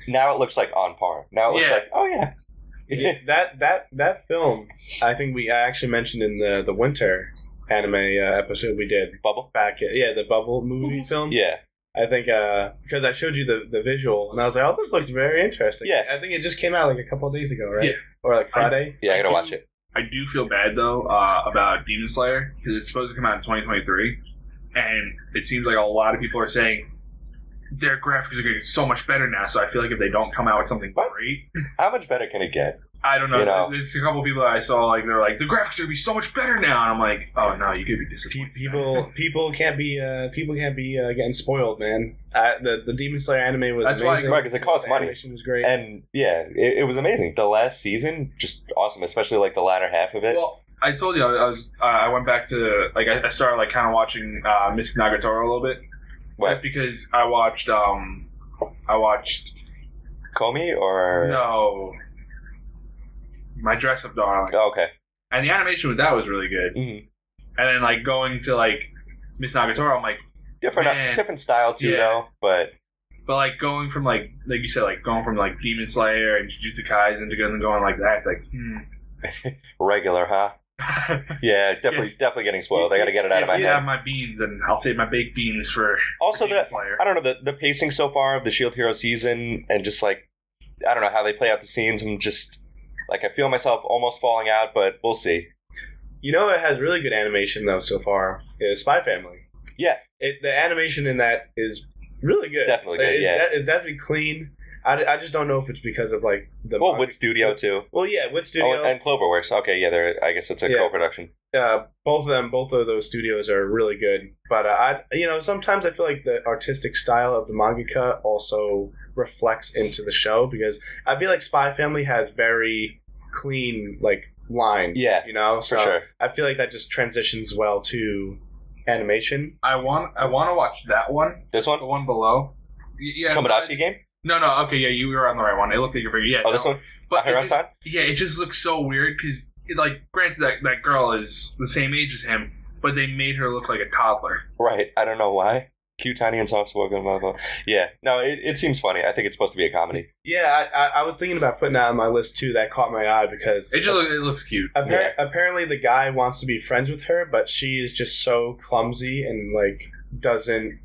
Now it looks like on par. Now it looks
Yeah.
like, oh yeah.
Yeah, that that that film, I think we I actually mentioned in the the winter anime uh, episode we did
Bubble?
back at, yeah the bubble
Mhm.
movie film
Yeah.
i think uh because i showed you the the visual and i was like oh this looks very interesting
Yeah.
i think it just came out like a couple of days ago right
Yeah.
or like friday
Yeah, I gotta watch it.
I do feel bad though uh, about Demon Slayer because it's supposed to come out in 2023, and it seems like a lot of people are saying their graphics are getting so much better now. So I feel like if they don't come out with something
What?
great,
How much better can it get?
I don't know.
You know.
There's a couple people that I saw like they're like the graphics are gonna be so much better now, and I'm like, oh no, you could be
Pe-
disappointed.
people people can't be uh people can't be uh, getting spoiled man uh, the the demon slayer anime was
That's why-
amazing
right, 'cause it costs
The
money.
animation was great
And yeah, it, it was amazing. The last season, just awesome, especially like the latter half of it.
Well, I told you I, I was. Uh, I went back to like I, I started like kind of watching uh, Miss Nagatoro a little bit.
What?
That's because I watched. um I watched
Comey or
no. My dress up darling.
Oh, okay.
and the animation with that was really good.
Mhm.
And then like going to like Miss Nagatoro, I'm like,
Different uh,
Man.
different style too
Yeah.
though, but
but like going from like like you said, like going from like Demon Slayer and Jujutsu Kaisen to going going like that, it's like,
regular, huh?
hmm.
Yeah, definitely
Yes.
definitely getting spoiled. I gotta get it out of
Yes,
my
you
head.
have my beans, and I'll save my baked beans for,
Also
for Demon
the
Slayer.
I don't know the the pacing so far of the Shield Hero season, and just like I don't know how they play out the scenes. I'm just like I feel myself almost falling out, but we'll see.
You know, it has really good animation though so far. Is Spy Family?
Yeah.
it, the animation in that is really good.
Definitely good,
It's
yeah.
de- it's definitely clean. I, I just don't know if it's because of like the
Well,
manga-
with Studio too.
well yeah with studio
Oh, and Cloverworks. Okay, yeah, they're I guess it's a
Yeah.
co-production.
uh, both of them both of those studios are really good. But uh, I you know sometimes I feel like the artistic style of the mangaka also reflects into the show because I feel like Spy Family has very clean like lines.
Yeah,
you know
For
so
sure.
I feel like that just transitions well to animation.
I want I want to watch that one,
This one,
the one below. Y- Yeah,
Tomodachi game.
No, no, okay, yeah, you were on the right one. It looked like your figure. Yeah,
Oh, this
no,
one,
but it
Hiron
just-
San.
Yeah, it just looks so weird because, like, granted that that girl is the same age as him, but they made her look like a toddler.
Right. I don't know why. Cute, tiny, and soft-spoken. Blah blah. Yeah. No, it, it seems funny. I think it's supposed to be a comedy.
Yeah, I, I, I was thinking about putting that on my list too. That caught my eye because
It just look, it looks cute.
appar- apparently the guy wants to be friends with her, but she is just so clumsy and like doesn't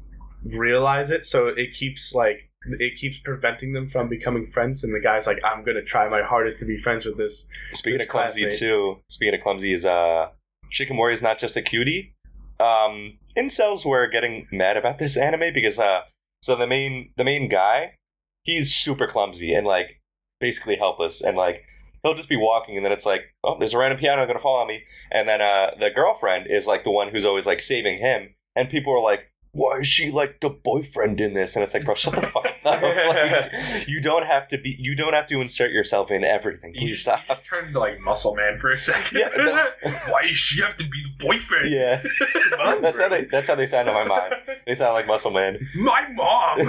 realize it. So it keeps like it keeps preventing them from becoming friends. And the guy's like, "I'm gonna try my hardest to be friends with this."
Speaking
This
of clumsy
classmate.
too. Speaking of clumsy is uh, Shikamori is not just a cutie. Um, incels were getting mad about this anime because uh, so the main the main guy, he's super clumsy and like basically helpless and like he'll just be walking and then it's like oh there's a random piano gonna fall on me and then uh the girlfriend is like the one who's always like saving him and people are like why is she like the boyfriend in this and it's like bro shut the fuck up like, you don't have to be you don't have to insert yourself in everything
You
please
just,
stop
you just turned into like Muscle Man for a second.
Yeah, no.
Why does she have to be the boyfriend?
Yeah,
Mom,
that's how they that's how they sound in my mind. They sound like Muscle Man.
My mom.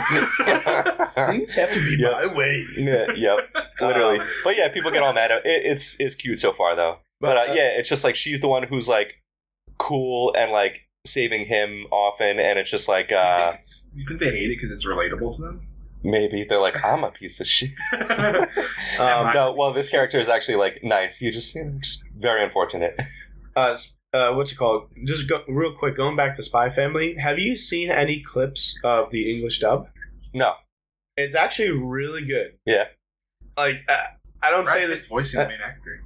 Things
have to
be Yep.
my way.
yeah, yep, literally. But yeah, people get all mad. At, it, it's it's cute so far though. But uh, yeah, it's just like she's the one who's like cool and like saving him often, and it's just like
you,
uh
think it's- you think they hate it because it's relatable to them?
maybe they're like I'm a piece of shit.
Um,
Am I-
No, well, this character is actually like nice. You just you know, just very unfortunate.
uh, s- uh, what's it called? Just go, real quick, going back to Spy Family. Have you seen any clips of the English dub?
No,
It's actually really good.
Yeah.
Like uh, I don't
Brad
say
Pitt's
this.
voicing the main actor.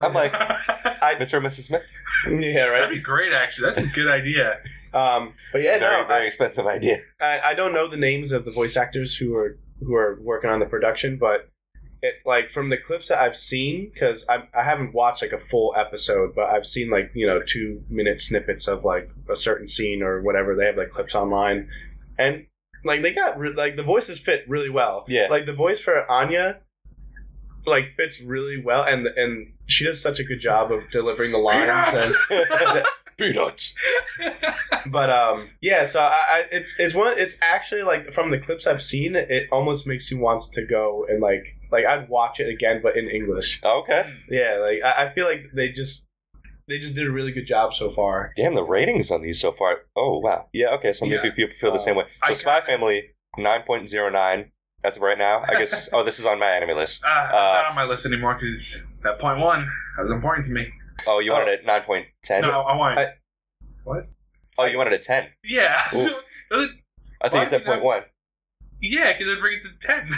I'm like
that'd
Mr. and Mrs. Smith.
Yeah, right.
be great. Actually, that's a good idea.
Um, but yeah,
Very
no,
very expensive idea.
I, I don't know the names of the voice actors who are who are working on the production, but it like from the clips that I've seen because I I haven't watched like a full episode, but I've seen like you know two minute snippets of like a certain scene or whatever. They have like clips online, and like they got re- like the voices fit really well.
Yeah.
like the voice for Anya. Like fits really well, and and she does such a good job of delivering the lines. And,
Peanuts.
but um, yeah. So I, I, it's it's one. It's actually like from the clips I've seen, it almost makes you want to go and like like I'd watch it again, but in English.
Okay.
Hmm.
Yeah, like I, I feel like they just they just did a really good job so far.
Damn, the ratings on these so far. Oh, wow. Yeah, okay. So maybe
Yeah.
people feel the
Uh,
same way.
I
So Spy
kinda-
Family, 9.09 as of right now. I
Ah,
guess, oh, this is on my anime list.
Uh, it's not on my list anymore because that point one that was important to me.
Oh, you wanted a nine point ten.
no, I want.
I-
Oh, you wanted a ten.
yeah.
Ooh. I
Why
think you said
did I-
point one.
yeah, because I'd bring it to 10.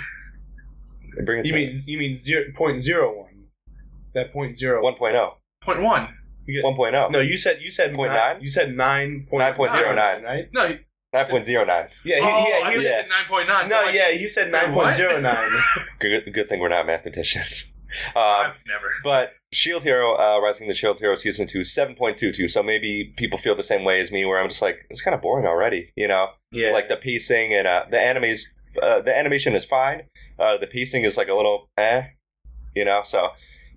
Bring it
You
to
mean you mean zero point zero one? That point zero.
one point oh.
Point 1.
You get-
One point oh.
No, you said you said
Point
nine-
nine?
You said nine point
Nine point
zero
nine.
right?
No, he-
Nine point zero nine.
Yeah,
oh,
he, yeah,
I
he
thought
was,
you said 9.9. so
no,
I'm like,
yeah, he said
Wait,
nine
what?
point zero nine.
Good, good thing we're not mathematicians. Um,
I've never.
but Shield Hero, uh, Rising of the Shield Hero season two, seven point two two. So maybe people feel the same way as me, where I'm just like, it's kind of boring already. You know,
Yeah,
like the pacing and uh, the anime is uh, the animation is fine. Uh, the pacing is like a little eh, you know. So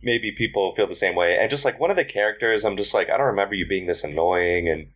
maybe people feel the same way. And just like one of the characters, I'm just like, I don't remember you being this annoying. And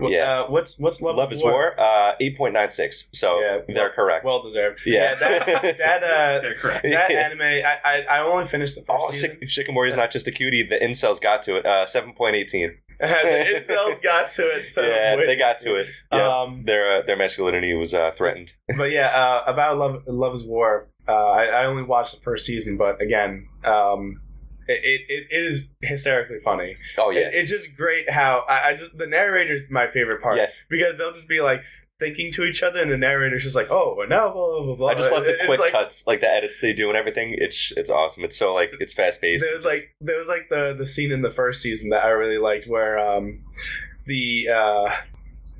Well,
yeah.
Uh, what's what's love,
Love, is War, uh, eight point nine six. So
Yeah,
they're correct.
Well deserved.
Yeah.
that that uh,
They're correct.
that anime. I, I I only finished the first
Oh,
season.
Shik- Shikamori's not just a cutie. The incels got to it. Uh, seven point eighteen.
the incels got to it. So
yeah, they got to it. Yeah.
Um,
their uh, their masculinity was uh, threatened.
but yeah, uh, about love, love is war. Uh, I, I only watched the first season, but again, um, it, it, it is hysterically funny.
Oh yeah,
It, it's just great how I, I just the narrator's my favorite part
yes.
because they'll just be like thinking to each other, and the narrator's just like, "Oh, and now blah blah blah." blah.
I just love
It-
the
it's
quick
like,
cuts, like the edits they do and everything. It's it's awesome. It's so like it's fast paced.
There was like there was like the the scene in the first season that I really liked where um the uh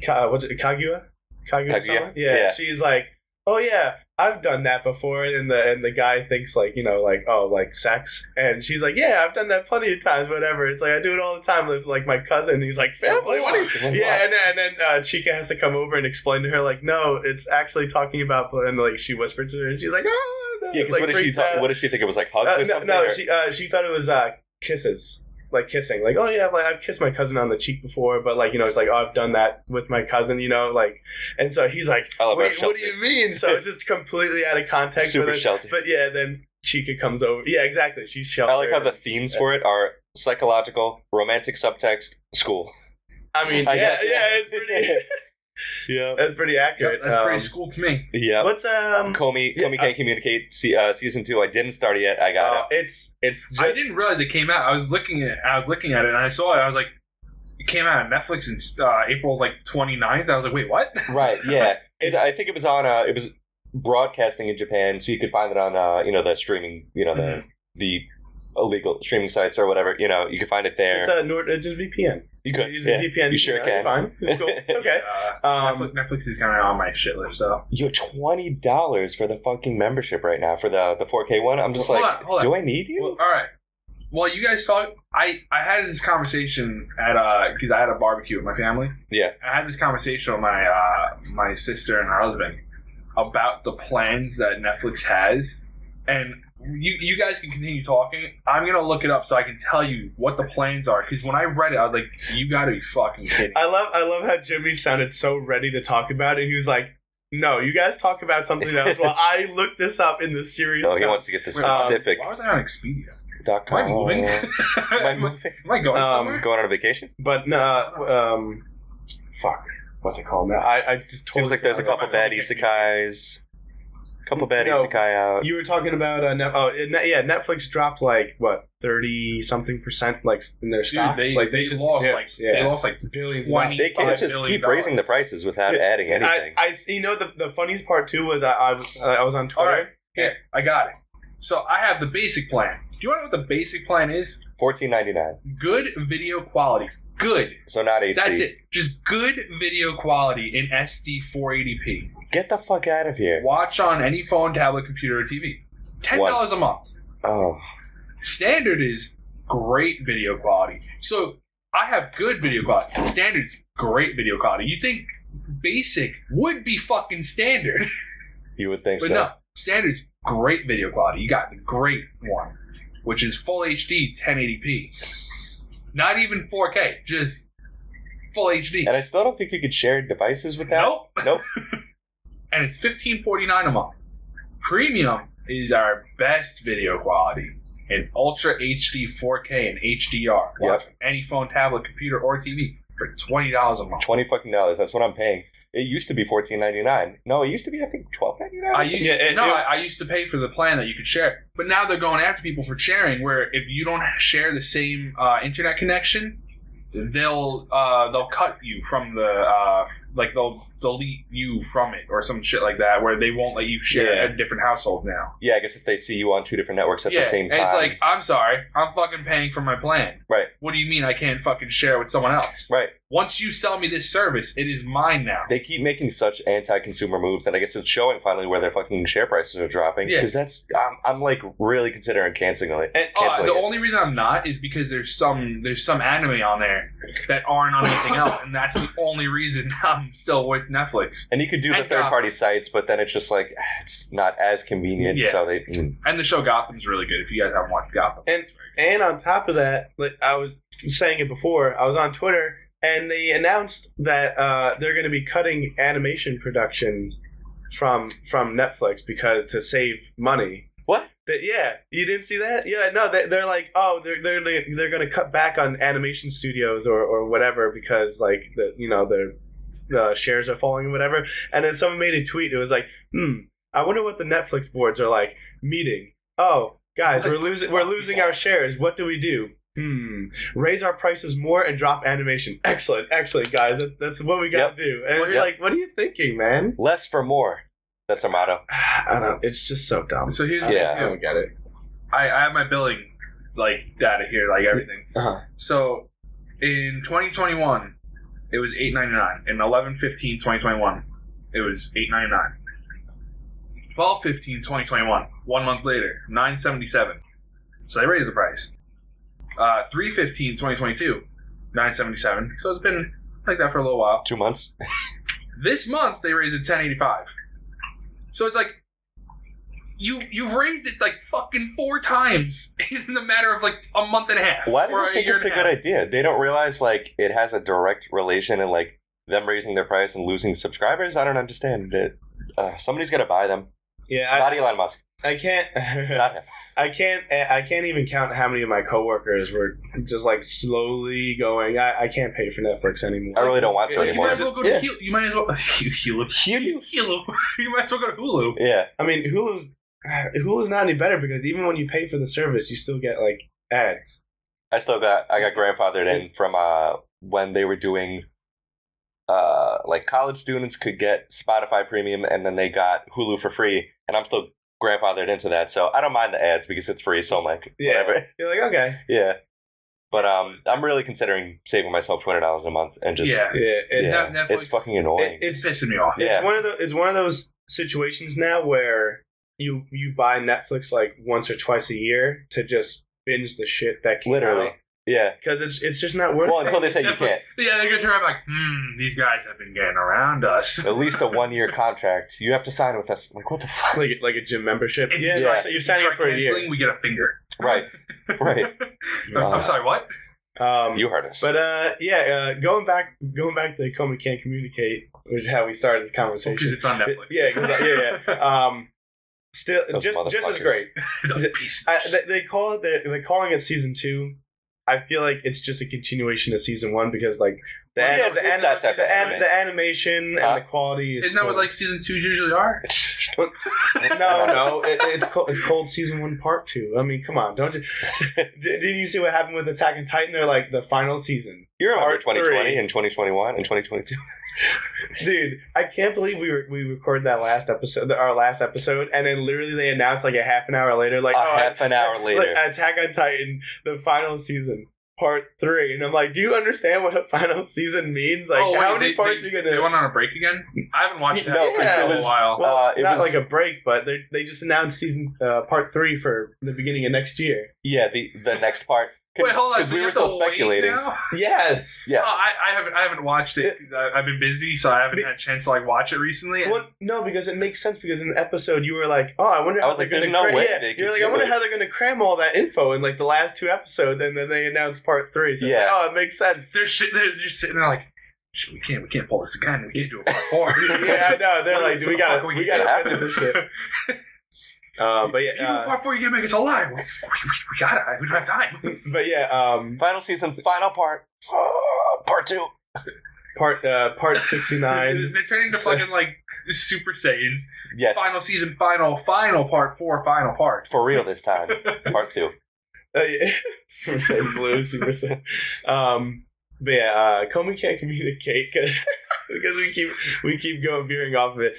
Ka- what's it Kaguya Kaguya,
Kaguya?
Sama? Yeah,
Yeah.
she's like oh yeah I've done that before and the and the guy thinks like you know like oh like sex and she's like yeah I've done that plenty of times whatever it's like I do it all the time with like my cousin he's like family what are you yeah, and then, and then uh, Chica has to come over and explain to her, like, no, it's actually talking about, and like she whispered to her, and she's like, oh,
yeah, because what did she talk, what did she think it was like hugs
uh,
or
no,
something?
no,
or-
she uh, she thought it was uh, kisses, like kissing, like oh yeah, like I've kissed my cousin on the cheek before, but like you know, it's like oh I've done that with my cousin, you know, like, and so he's like,
I love
what,
how
do you- what do
sheltered.
you mean? So it's just completely out of context.
super
but, then,
sheltered.
but yeah, then Chica comes over. Yeah, exactly. She's sheltered.
I like how the themes for it are psychological, romantic subtext, school.
I mean,
I
yeah,
guess,
yeah,
yeah.
it's pretty.
Yeah.
that's pretty accurate.
that's
Um,
pretty school to me.
Yeah.
What's um?
Comey,
yeah,
Comey can't communicate. Se- uh, season two, I didn't start it yet. I got
uh, it's it's
I
just,
didn't realize it came out. I was looking at I was looking at it and I saw it. I was like, it came out on Netflix in uh, April like 29th. I was like, wait, what?
it. Right. Yeah. 'Cause I think it was on. Uh, it was broadcasting in Japan, so you could find it on. Uh, you know the streaming. You know the the illegal streaming sites or whatever. You know you could find it there.
just, uh, Nord, uh, just VPN.
you could.
Use
yeah.
a VPN.
you sure
know,
can.
Fine. It's cool. It's okay.
Uh,
Um,
Netflix, Netflix is kind of on my shit list. So
Yo, twenty dollars for the fucking membership right now for the the four K one. I'm just
Well,
like,
hold on, hold on.
do I need you?
all right. Well, you guys talk. I I had this conversation at uh because I had a barbecue with my family.
Yeah.
I had this conversation with my uh my sister and her husband about the plans that Netflix has, and you you guys can continue talking. I'm gonna look it up so I can tell you what the plans are. Because when I read it, I was like, you gotta be fucking kidding.
I love I love how Jimmy sounded so ready to talk about it. And he was like, "No, you guys talk about something else." Well, I looked this up in the series.
No, Oh, he wants to get the
Wait, um,
specific.
Why was I on Expedia?
dot
Am I
com.
moving?
Am I
am,
moving?
I going
Um,
somewhere?
Going on a vacation?
but no, um, fuck, what's it called now? I, I just totally
Seems like there's a
forgot
couple
about
bad
it.
isekais. Couple bad
No.
isekai out.
You were talking about uh, Net- oh it- yeah, Netflix dropped like what thirty something percent like in their
Dude,
stocks.
they,
like
they,
just
lost
dipped,
like
yeah.
they lost like
billions. of
twenty.
They can't
five
just
billion
keep
dollars.
raising the prices without
Yeah,
adding
I,
anything.
I you know the the funniest part too was I I was, I was on Twitter.
All right. Here, I got it. So I have the basic plan. Do you want to know what the basic plan is?
Fourteen ninety nine.
Good video quality. Good.
So not HD.
That's it. Just good video quality in SD 480p.
Get the fuck out of here.
Watch on any phone, tablet, computer, or TV. Ten dollars a month.
Oh,
Standard is great video quality. So I have good video quality. Standard's great video quality. You think basic would be fucking standard?
you would think
But
so.
no, standards great video quality. You got the great one, which is full HD 1080p. Not even 4K, just full HD.
And I still don't think you could share devices with that.
nope.
Nope.
and it's 15.49 a month. Premium is our best video quality in Ultra HD 4K and HDR. Watch
Yep.
on any phone, tablet, computer, or TV. for twenty dollars a month.
Twenty fucking dollars. That's what I'm paying. It used to be fourteen ninety nine. No, it used to be I think twelve ninety nine.
I used
Yeah, it-
no,
it-
I, I used to pay for the plan that you could share, but now they're going after people for sharing. Where if you don't share the same uh, internet connection, they'll uh, they'll cut you from the uh, like they'll delete you from it or some shit like that. Where they won't let you share
Yeah.
a different household now.
Yeah, I guess if they see you on two different networks at the same
and
time,
it's like I'm sorry, I'm fucking paying for my plan.
Right.
What do you mean I can't fucking share with someone else?
right?
Once you sell me this service, it is mine now.
They keep making such anti-consumer moves that I guess it's showing finally where their fucking share prices are dropping.
Yeah.
Because that's I'm, I'm like really considering canceling it.
And-
Uh,
Canceling
the
it.
only reason I'm not is because there's some there's some anime on there that aren't on anything else, and that's the only reason I'm still with Netflix.
and you could do the
and
third party sites, but then it's just like it's not as convenient.
Yeah.
So they mm.
And the show Gotham's really good. If you guys haven't watched Gotham,
And-
it's very
And on top of that, like I was saying it before, I was on Twitter and they announced that uh, they're going to be cutting animation production from from Netflix because to save money.
What?
That, yeah, you didn't see that? Yeah, no, they, they're like, oh, they're they're they're going to cut back on animation studios or, or whatever because like the you know their uh, shares are falling and whatever. And then someone made a tweet. It was like, hmm, I wonder what the Netflix boards are like meeting. Oh, guys, we're
Let's
losing we're
fuck
losing
people.
our shares. What do we do? Hmm. Raise our prices more and drop animation. Excellent, excellent, guys. That's that's what we got to do. And it's
Yep.
like, what are you thinking, man?
less for more. That's our motto.
I don't. It's just so dumb.
good. So here's
Yeah.
the thing. too.
get it.
I, I have my billing like data here, like everything.
Uh-huh.
So in 2021, it was 8.99. In 11.15, 2021, it was 8.99. 12.15, 2021, one month later, 9.77. So they raised the price. Uh, 3.15, 2022, 9.77. So it's been like that for a little while.
Two months.
This month they raised it ten eighty five. So it's like you you've raised it like fucking four times in the matter of like a month and a half.
Why do
or
you think
year
it's a
and
good
half.
idea? They don't realize like it has a direct relation and like them raising their price and losing subscribers. I don't understand it. Uh, somebody's got to buy them.
Yeah,
Not Elon Musk.
I, I can't.
Not him.
I can't. I can't even count how many of my coworkers were just like slowly going. I, I can't pay for Netflix anymore.
I really don't want to
Like, you
anymore.
might as well go to
Yeah.
Hulu. You might as well Hulu.
Hulu.
Hulu. You might as well go to Hulu.
Yeah.
I mean, Hulu's Hulu's not any better because even when you pay for the service, you still get like ads.
I still got I got grandfathered in from uh when they were doing uh like college students could get Spotify premium and then they got Hulu for free and I'm still grandfathered into that so I don't mind the ads because it's free so I'm like
Yeah.
whatever
You're like, okay,
yeah but um I'm really considering saving myself twenty dollars a month and just
yeah.
yeah, it,
yeah,
Netflix-
it's fucking
it,
annoying
it's
It's pissing me off.
Yeah.
it's one of the it's one of those situations now where you you buy Netflix like once or twice a year to just binge the shit that came
literally yeah
because it's it's just not worth
well
it.
until they say you
Netflix-
can't
Yeah, they're gonna turn around like, hmm, these guys have been getting around us.
at least a one year contract you have to sign with us like what the fuck
like like a gym membership.
If you
yeah,
try-
so you're
If you
signing
start
up for a
canceling,
year.
We get a finger.
right Right. Uh,
I'm sorry. What?
Um,
you heard us
But uh, yeah, uh, going back going back to Coma can't communicate, which is how we started this
Because
conversation.
it's on Netflix.
Yeah, exactly. Yeah, um, still
Those
just just as
motherfuckers.
great.
Those pieces.
I, they, they call it they're, they're calling it season two. I feel like it's just a continuation of season one because like the
Well,
an-
yeah, it's-
the
it's
an-
that type
the
of
an-
anime.
the animation
Huh?
and the quality is
Isn't that what
still-
like season twos usually are?
no no it, it's called it's called season one part two. I mean come on don't you did, did you see what happened with Attack and Titan? They're like the final season,
you remember
Part
2020
three.
and 2021 and 2022
dude. I can't believe we re- we recorded that last episode our last episode and then literally they announced like a half an hour later like
a
oh,
half an hour later
Like, Attack on Titan, the final season, part three. And I'm like, do you understand what a final season means?
Oh,
Like,
Oh, wait,
how many
they,
parts
they,
are you gonna?
They went on a break again. I haven't watched that
No,
in
'cause it
a
was-
while.
well,
Uh, it
not
was-
like a break, but they they just announced season uh, part three for the beginning of next year.
Yeah, the the next part.
wait, hold on.
Because
so
we
you
were
have to
still
wait
speculating.
now?
Yes.
Yeah.
Oh, I, I haven't. I haven't watched it. 'cause I, I've been busy, so I haven't had a chance to like watch it recently. and-
Well, no, because it makes sense. Because in the episode, you were like, "Oh, I wonder."
I
How
was
they're
like, there's
gonna
no
cram-
way
yeah.
they
You're
could
like, I
do
wonder
it."
how they're going to cram all that info in like the last two episodes, and then they announced part three. So
Yeah.
it's like, oh, it makes sense.
they're, shit, they're just sitting there like, shit, we can't. We can't pull this again. We can't do a part four.
yeah, I know. They're
What-
like,
what
"Do we
the fuck
got
are
we,
we
got
gonna
to finish
have
this shit. Uh, but yeah,
if you do
uh,
a part four, you gonna make us a lie. We, we, we gotta. We don't have time.
but yeah, um,
Final season, final part, Ah, part two.
Part uh, part sixty
They're
nine.
they're turning into
Say-
fucking like Super Saiyans.
Yes,
Final season, final, final part four, final part.
for real this time. Part two.
Uh, yeah. Super Saiyan Blue, Super Saiyan. Um, but yeah, uh, Comey can't communicate 'cause- because we keep we keep going veering off of it.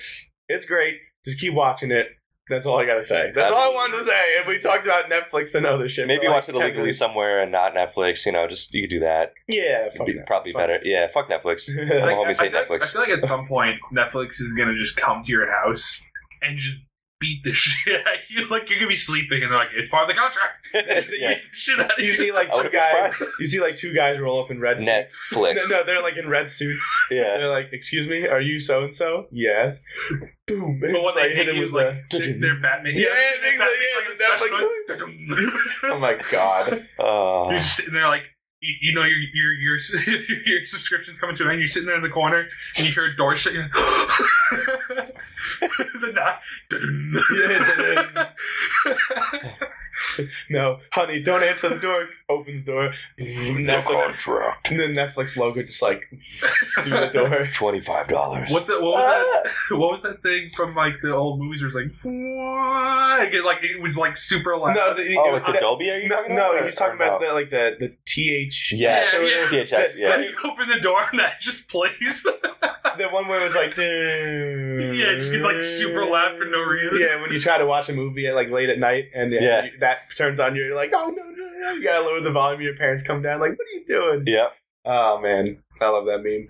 It's great. Just keep watching it. That's all I gotta say. That's all I wanted to say. If we talked about Netflix and other shit,
Maybe
for like
watch it
10
illegally
minutes.
somewhere and not Netflix. You know, just you could do that.
Yeah,
It'd
fuck
be
that.
probably
Fuck
better. Yeah, fuck Netflix.
that.
My
Like, I, I
homies
feel
hate
like, I
Netflix.
feel like at some point Netflix is gonna just come to your house and just beat the shit out of you. Like you're gonna be sleeping and they're like, it's part of the contract. They beat
Yeah.
the shit out of
you see like
I
two
wouldn't be
guys.
surprised.
You see like two guys roll up in red suits.
Netflix.
No, no, they're like in red suits.
Yeah.
They're like, "Excuse me, are you so and so?" Yes. Boom.
But when
It's
they
like,
hit
him
you,
with
like
the-
they're, they're Batman.
Yeah,
Batman's
things like- yeah,
like,
the
special noise.
oh my god.
Oh.
You're just sitting there like you, you know your your your your subscription's coming to an end. You're sitting there in the corner and you hear a door shut. You're like, the knock. Dun-dun.
Yeah, No, honey, don't answer the door. Opens door. Boom, Netflix.
contract.
And the Netflix logo just like through the door.
Twenty five dollars.
What's that? What was that? What was that thing from like the old movies? Where it's like, "What?" It, like it was like super loud.
No, the,
Oh, like the
that-
Dolby? Are you
no,
talking
no,
about?
he's talking
Or
about
no?
the, like the the th.
Yes,
Yeah,
THX.
Then
Yeah.
you open the door and that just plays.
The one where it was like, dude.
Yeah, it just gets, like, super loud for no reason.
Yeah, when you try to watch a movie at like late at night and uh,
Yeah.
you- that turns on, you're like, oh no, no, no, you gotta lower the volume. Your parents come down, like, what are you doing?
Yeah.
Oh man, I love that meme.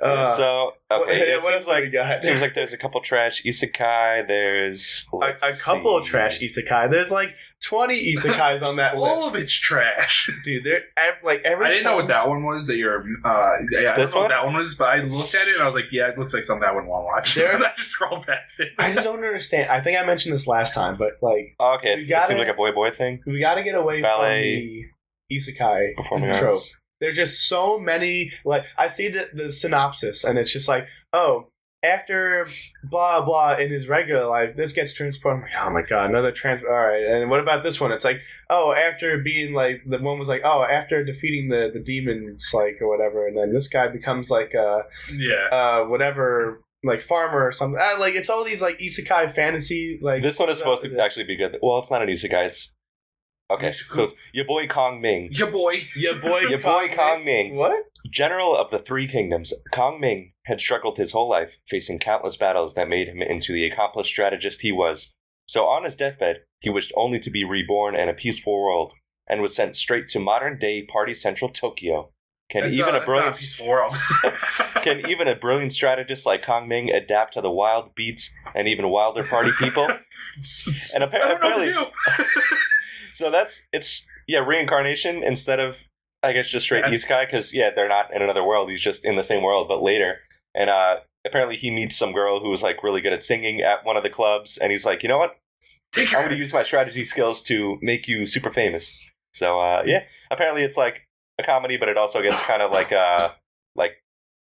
Uh,
So okay,
what,
yeah, it
what
seems
else do
like
we got?
it seems like there's a couple trash isekai. There's
a,
let's
a couple of
see.
trash isekai. There's like 20 isekais on that list,
Oh.
All of it's trash.
dude. They're ev- like every.
I didn't know
time-
what that one was. That you're, uh, yeah, I
This
don't know
one?
what that one was, but I looked at it and I was like, yeah, it looks like something I wouldn't want to watch.
There-
and I just scrolled past it.
I just don't understand. I think I mentioned this last time, but like
Okay,
We
it,
got
seems
it.
like a boy boy thing.
we got to get away
Ballet.
from the isekai
Performing
trope.
arts.
There's just so many. Like I see the, the synopsis, and it's just like, oh, after blah blah in his regular life, this gets transported. I'm like, oh my god, another trans. All right, and what about this one? It's like, oh, after being like the one was like, oh, after defeating the the demons, like or whatever, and then this guy becomes like uh
Yeah.
uh whatever like farmer or something. Uh, like it's all these like isekai fantasy like
This one is supposed to actually be good. Well, it's not an isekai. It's okay.
Isekai.
So it's your boy Kong Ming,
Your boy.
Your boy,
your boy Kong Ming,
What?
General of the Three Kingdoms, Kong Ming had struggled his whole life, facing countless battles that made him into the accomplished strategist he was. So on his deathbed, he wished only to be reborn in a peaceful world, and was sent straight to modern-day party central Tokyo. Can
That's
even
not-
a
that's not
brilliant
peaceful world.
can even a brilliant strategist like Kong Ming adapt to the wild beats and even wilder party people? And appa-
I don't know what to
apparently, so that's it's yeah reincarnation instead of I guess just straight
Yeah.
East guy because yeah they're not in another world he's just in the same world but later and uh apparently he meets some girl who was like really good at singing at one of the clubs and he's like you know what
do. Take
I'm
her.
gonna use my strategy skills to make you super famous so uh yeah apparently it's like a comedy but it also gets kind of like uh like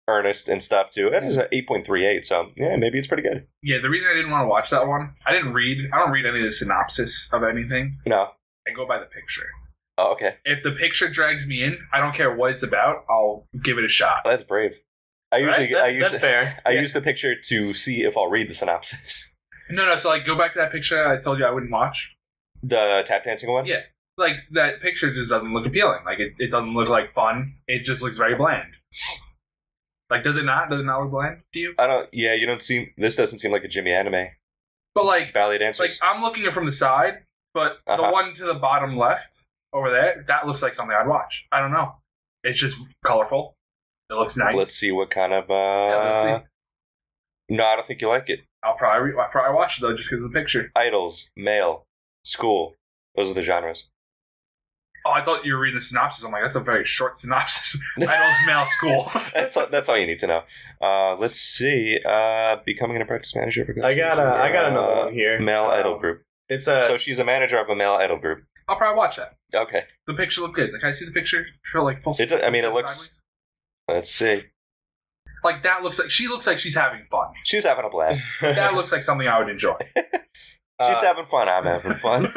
earnest and stuff too it is an 8.38 so yeah maybe it's pretty good
Yeah, the reason I didn't want to watch that one, I didn't read. I don't read any of the synopsis of anything.
no
I go by the picture.
oh okay
If the picture drags me in, I don't care what it's about. I'll give it a shot.
that's brave I
Right?
usually I
That's,
usually
that's fair.
I
Yeah.
use the picture to see if I'll read the synopsis
No, no. So like, go back to that picture I told you I wouldn't watch.
The tap dancing one?
Yeah. like that picture just doesn't look appealing. Like it, it doesn't look like fun. It just looks very bland. Like does it not? Does it not look bland to you?
I don't yeah, you don't seem this doesn't seem like a Jimmy anime.
But like
Ballet
like
dancers.
I'm looking at it from the side, but the
Uh-huh.
one to the bottom left over there, that looks like something I'd watch. I don't know. It's just colorful. It looks nice.
Let's see what kind of uh
Yeah, let's see.
No, I don't think you like it.
I'll probably re- I'll probably watch it though just because of the picture.
Idols, male, school. Those are the genres.
Oh, I thought you were reading the synopsis. I'm like, that's a very short synopsis. Idol's male school.
That's all that's all you need to know. Uh let's see. Uh becoming an apprentice manager for
I got a, I got another
uh,
one here.
Male
Um,
idol group.
It's a
so she's a manager of a male idol group.
I'll probably watch that.
Okay.
The picture looked good. Like I see the picture. Sure, like full.
It do- I mean, it looks-
sideways.
Let's see.
Like that looks like she looks like she's having fun.
She's having a blast.
That looks like something I would enjoy.
She's
uh,
having fun. I'm having fun.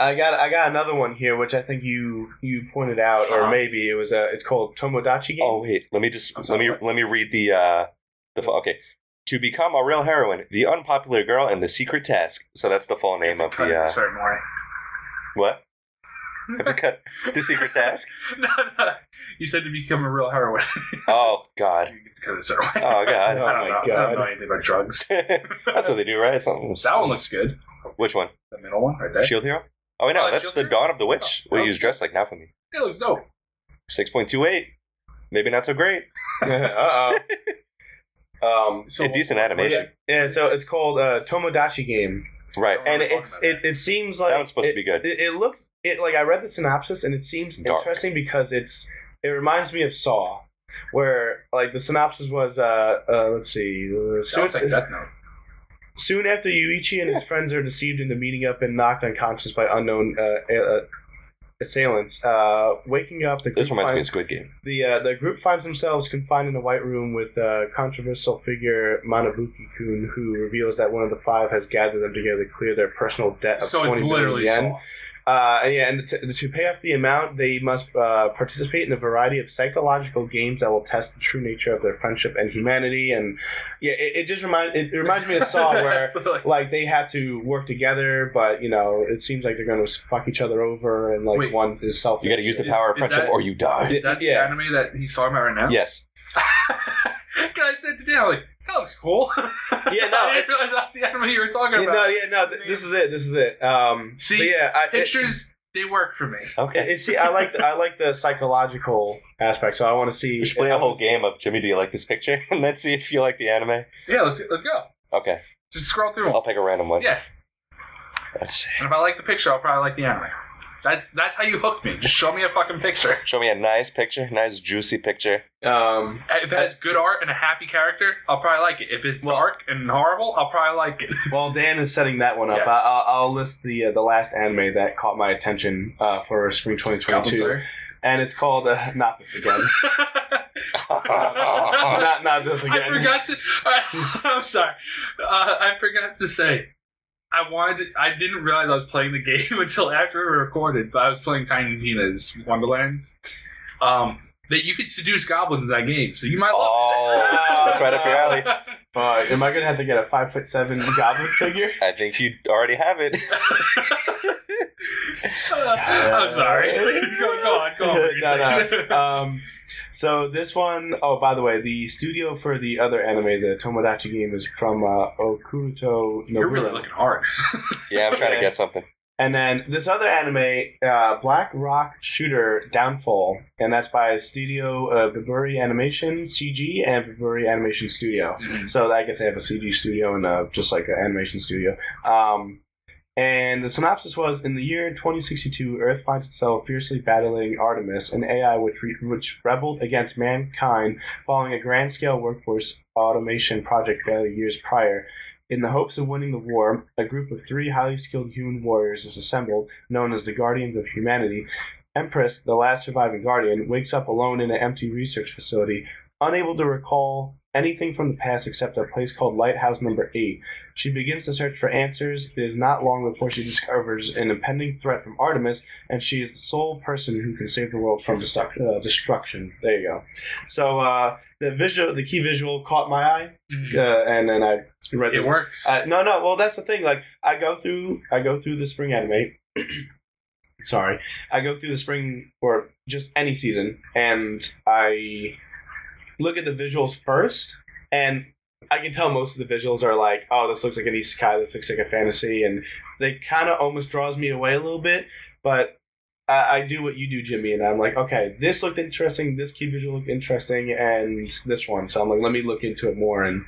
I got I got another one here, which I think you you pointed out, or
Uh-huh.
maybe it was a. It's called Tomodachi Game.
Oh wait, let me just
I'm
let
sorry,
me
what?
let me read the uh the fo- okay. To become a real heroine, the unpopular girl and the secret task. So that's the full name of
Cut
the
it a
uh,
certain way.
what? Have to cut the secret task.
no, no. You said to become a real heroin.
Oh God.
You get to cut it a certain way.
Oh
I
God.
don't,
Oh my
know. I
God.
don't know anything about drugs.
that's what they do, right? It's not-
That one looks good.
Which one?
The middle one, right there.
Shield hero. Oh, I know.
Oh,
that's
Shield
the
Hero?
dawn of the witch.
Oh,
What he
oh.
was dressed like now for me.
It looks dope.
Six point two eight. Maybe not so great.
uh oh. um.
So
A decent
but Yeah,
animation.
yeah, so it's called uh, Tomodachi Game,
Right.
I don't
and
wanna talk
it's
about
it,
that.
it seems like
That one's supposed
it,
to be good.
It, it looks it like I read the synopsis and it seems
Dark.
interesting because it's it reminds me of Saw, where like the synopsis was uh, uh let's see uh,
That
soon,
looks like Death Note.
soon after Yuichi and his friends are deceived into meeting up and knocked unconscious by unknown uh, uh, assailants, uh, waking up the
This
group
reminds me of
finds-
Squid Game.
the uh, the group finds themselves confined in a white room with uh, controversial figure Manabuki Kun, who reveals that one of the five has gathered them together to clear their personal debt of
So it's
twenty billion
literally
yen.
Saw.
Uh, and yeah, and to, to pay off the amount, they must uh, participate in a variety of psychological games that will test the true nature of their friendship and humanity. And yeah, it, it just reminds it, it reminds me of Saw, where
It's like-
like they have to work together, but you know it seems like they're going to fuck each other over, and like
Wait.
one is selfish.
You got to use the
Is-
power of
is
friendship,
that-
or you die.
is that
yeah.
the anime that he's talking about right now?
Yes.
Guys said today, I'm like, that looks cool.
Yeah, no,
I
it-
didn't realize that's the anime you were talking
Yeah, no,
about.
yeah, no. Th- this is it. This is it. Um,
See,
but yeah, I, it-
Pictures, they work for me.
It,
Okay.
it- see, I like the, I like the psychological aspect, so I want to see.
We should play a whole game of Jimmy. Do you like this picture? And let's see if you like the anime.
Yeah, let's let's go.
Okay,
Just scroll through them.
I'll pick a random one.
Yeah,
Let's see.
and if I like the picture, I'll probably like the anime. That's that's how you hooked me. Just show me a fucking picture.
Show me a nice picture, nice juicy picture.
Um,
If it has good art and a happy character, I'll probably like it. If it's dark and horrible, I'll probably like it.
while Dan is setting that one up,
Yes.
I, I'll, I'll list the uh, the last anime that caught my attention uh, for spring twenty twenty two, and it's called uh, Not This Again.
I
not not this
Oh. I
again.
forgot to. I'm sorry. Uh, I forgot to say. I wanted. To, I didn't realize I was playing the game until after we recorded. But I was playing Tiny Tina's Wonderlands. Um, that you could seduce goblins in that game, so you might love.
Oh, that's right up your alley.
it.
Fuck, am I gonna have to get a five foot seven goblin figure?
think you already have it.
I'm sorry. go, go on. Go on. what
No,
you're
no.
saying.
um, so this one, oh, by the way, the studio for the other anime, the Tomodachi game, is from uh, Okuruto no
You're really looking hard.
Yeah, I'm trying to guess something.
And then this other anime, uh, Black Rock Shooter Downfall, and that's by Studio uh, Biburi Animation CG and Biburi Animation Studio.
Mm-hmm.
So I guess they have a CG studio and uh, just like an animation studio. Um, and the synopsis was: In the year 2062, Earth finds itself fiercely battling Artemis, an AI which re- which rebelled against mankind, following a grand-scale workforce automation project failure years prior. In the hopes of winning the war, a group of three highly skilled human warriors is assembled, known as the Guardians of Humanity. Empress, the last surviving guardian, wakes up alone in an empty research facility, unable to recall anything from the past except a place called Lighthouse Number 8. She begins to search for answers. It is not long before she discovers an impending threat from Artemis, and she is the sole person who can save the world from destruct- uh, destruction. There you go. So, uh, the visual, the key visual caught my eye, uh, and then I read
It
this-
works.
uh, no, no. Well, that's the thing. Like, I go through, I go through the spring anime. Sorry, I go through the spring or just any season, and I look at the visuals first, and I can tell most of the visuals are like, oh, this looks like an isekai, this looks like a fantasy, and they kind of almost draws me away a little bit. But I, I do what you do, Jimmy, and I'm like, okay, this looked interesting, this key visual looked interesting, and this one. So I'm like, let me look into it more and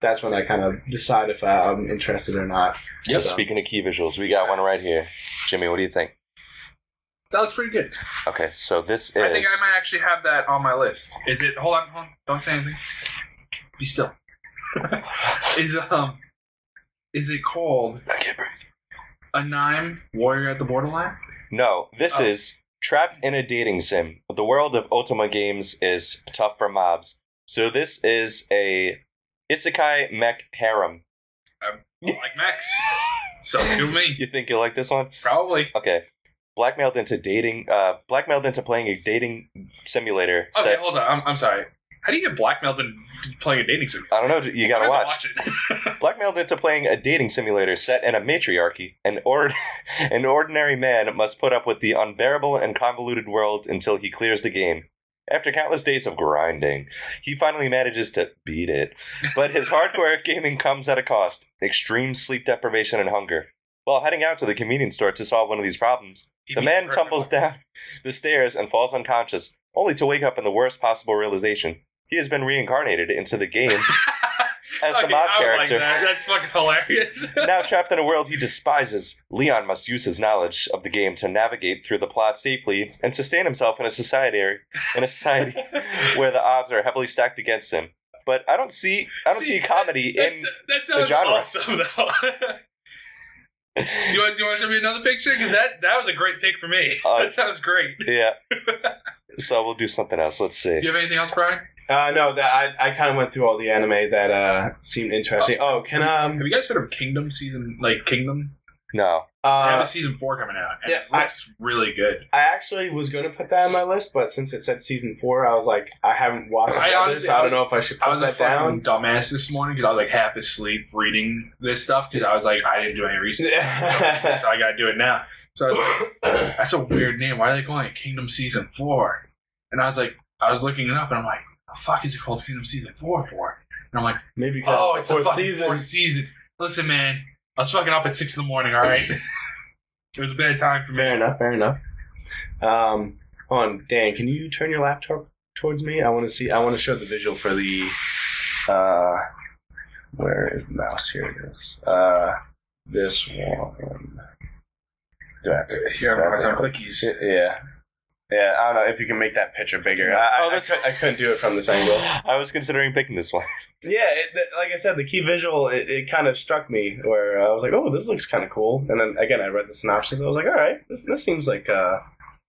that's when I kind of decide if I, I'm interested or not.
So speaking of key visuals, we got one right here. Jimmy, what do you think?
that looks pretty good.
Okay, so this is.
I think I might actually have that on my list. Is it? Hold on, hold on. Don't say anything. Be still. is um, is it called
I can't breathe.
a nine warrior at the borderline?
No, this
Oh.
is Trapped in a Dating Sim. The world of Otama games is tough for mobs. So this is a isekai mech harem
like Max. so do me.
You think you like this one?
Probably.
Okay. Blackmailed into dating. Uh, blackmailed into playing a dating simulator.
Okay,
set.
hold on. I'm, I'm sorry. How do you get blackmailed into playing a dating simulator?
I don't know. You
I
gotta
have
watch.
to watch it.
Blackmailed into playing a dating simulator set in a matriarchy, an, or- an ordinary man must put up with the unbearable and convoluted world until he clears the game. After countless days of grinding, he finally manages to beat it. But his hardcore gaming comes at a cost extreme sleep deprivation and hunger. While heading out to the convenience store to solve one of these problems,
He
the
meets
man
perfect
tumbles
one.
down the stairs and falls unconscious, only to wake up in the worst possible realization. He has been reincarnated into the game as the
Okay,
mob
I would like
character.
that. That's fucking hilarious.
now trapped in a world he despises, Leon must use his knowledge of the game to navigate through the plot safely and sustain himself in a society in a society where the odds are heavily stacked against him. But I don't see I don't see,
See,
comedy
That's-
in
that sounds
genre.
awesome, though. do, you want, do you want to show me another picture? Because that, that was a great pick for me.
Uh,
that sounds great. Do
yeah. So we'll do something else. Let's see.
you have anything else, Brian?
Uh, no, that I, I kind of went through all the anime that uh, seemed interesting. Oh, can um,
Have you guys heard of Kingdom season? Like Kingdom,
No.
I have a
uh,
season four coming out, and
yeah,
it looks really good.
I actually was going to put that on my list, but since it said season four, I was like, I haven't watched.
I
the others,
honestly-
so I
I
don't
was-
know if I should
I
put
was a
that
fucking
down.
dumbass this morning because I was like half asleep reading this stuff because I was like I didn't do any research, so I got to do it now. So I was like, that's a weird name. Why are they calling it Kingdom Season Four? And I was like, I was looking it up, and I'm like, the fuck is it called Kingdom Season Four for? And I'm like,
Maybe because
oh, it's the
fourth
fucking
season.
fourth season. Listen, man, I was fucking up at six in the morning. All right, it was a bad time for me.
Fair enough. Fair enough. Um, hold on, Dan, can you turn your laptop towards me? I want to see. I want to show the visual for the. Uh, where is the mouse? Here it is. Uh, this one. Do I have to-
Here,
do I
I'm
have to
on
click?
clickies.
Yeah. Yeah, I don't know if you can make that picture bigger. I,
Oh,
oh,
this-
this, I, cou- I couldn't do it from this angle.
I was considering picking this one.
Yeah, it, th- like I said, the key visual, it, it kind of struck me where I was like, oh, this looks kind of cool. And then again, I read the synopsis. I was like, all right, this, this seems like uh,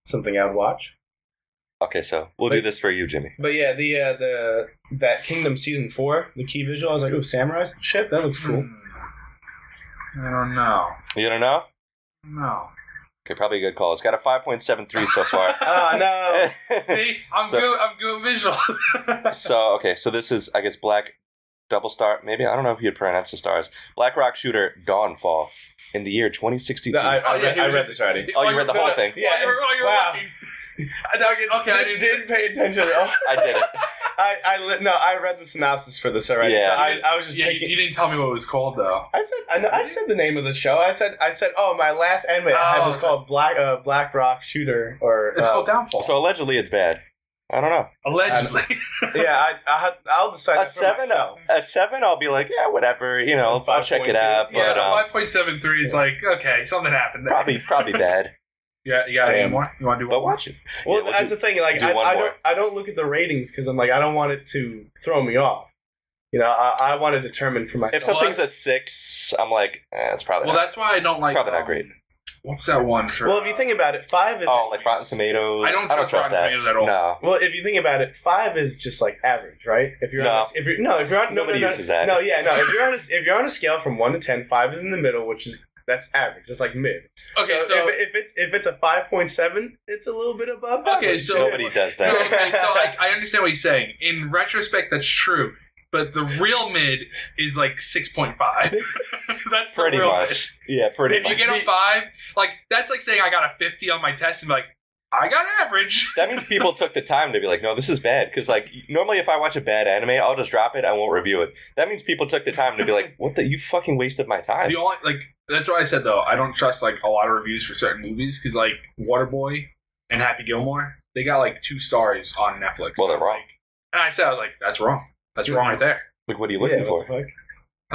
something I would watch.
Okay, so we'll do this for you, Jimmy.
But yeah, the uh, the that Kingdom Season 4, the key visual, I was like, oh, samurai shit, that looks cool.
Hmm. I don't know.
You don't know?
No.
Okay, probably a good call. It's got a 5.73 so far.
Oh, no.
See, I'm
So-
good. I'm good visual.
so okay, so this is I guess Black Double Star. Maybe I don't know if you'd pronounce the stars. Black Rock Shooter Dawnfall in the year 2062.
No, I,
Oh,
I,
yeah,
read,
he
I
was
read
just-
this already.
Oh, you read the
No,
whole
no,
thing.
Yeah. While you were, while you were
Wow.
looking. I thought- okay, I didn't.
didn't pay attention at all.
I did it.
I, I li- no, I read the synopsis for this already.
Yeah.
So I, I was just
Yeah, you,
picking.
you didn't tell me what it was called though.
I said I, know, I said the name of the show. I said I said oh my last anime I had was
Oh.
called Black uh, Black Rock Shooter or
It's
uh,
called Downfall.
Um, So allegedly it's bad. I don't know.
Allegedly.
yeah I, I had- I'll decide
A
that for
seven,
myself.
a seven. I'll be like, yeah, whatever. You know, I'll check it out.
yeah,
But um,
five point seven three. It's like okay, something happened. there.
probably, probably bad.
Yeah, you got
Damn.
any more? You want to do?
But
one?
watch it.
Well,
Yeah, we'll
that's
do-
the thing. Like
do
I,
one
I
more.
don't I don't look at the ratings because I'm like I don't want it to throw me off. You know I, I want to determine for myself.
If something's a six, I'm like, eh, it's probably.
Well,
not.
that's why I don't like. um,
Probably not great.
What's that one? For,
well, if you think about it, five is
oh, like Rotten Tomatoes.
I don't trust Rotten
that.
Tomatoes at all.
No.
Well, if you think about it, five is just like average, right? If you're
No.
on a, if you're no, if you're on no,
Nobody
no, no,
uses that.
No, yeah, no. If you're on a, if you're on a scale from one to ten, five is in the middle, which is that's average. It's like mid.
okay, so,
if, if it's if it's a five point seven, it's a little bit above.
Okay,
average.
so-
Nobody does
No,
that.
okay, so I, I understand what you're saying. In retrospect, that's true. But the real mid is like six point five. that's the
pretty
real mid.
much. Yeah, pretty
if
much.
you get a five, like that's like saying I got a fifty on my test and be like, I got average.
that means people took the time to be like, no, this is bad. Because like normally, if I watch a bad anime, I'll just drop it. I won't review it. That means people took the time to be like, what the? You fucking wasted my time.
The only like that's why I said though I don't trust like a lot of reviews for certain movies because like Waterboy and Happy Gilmore they got like two stars on Netflix.
Well, they're wrong.
Like, and I said I was like, that's wrong. That's wrong right there.
Like, what are you looking
Yeah,
for?
what the fuck?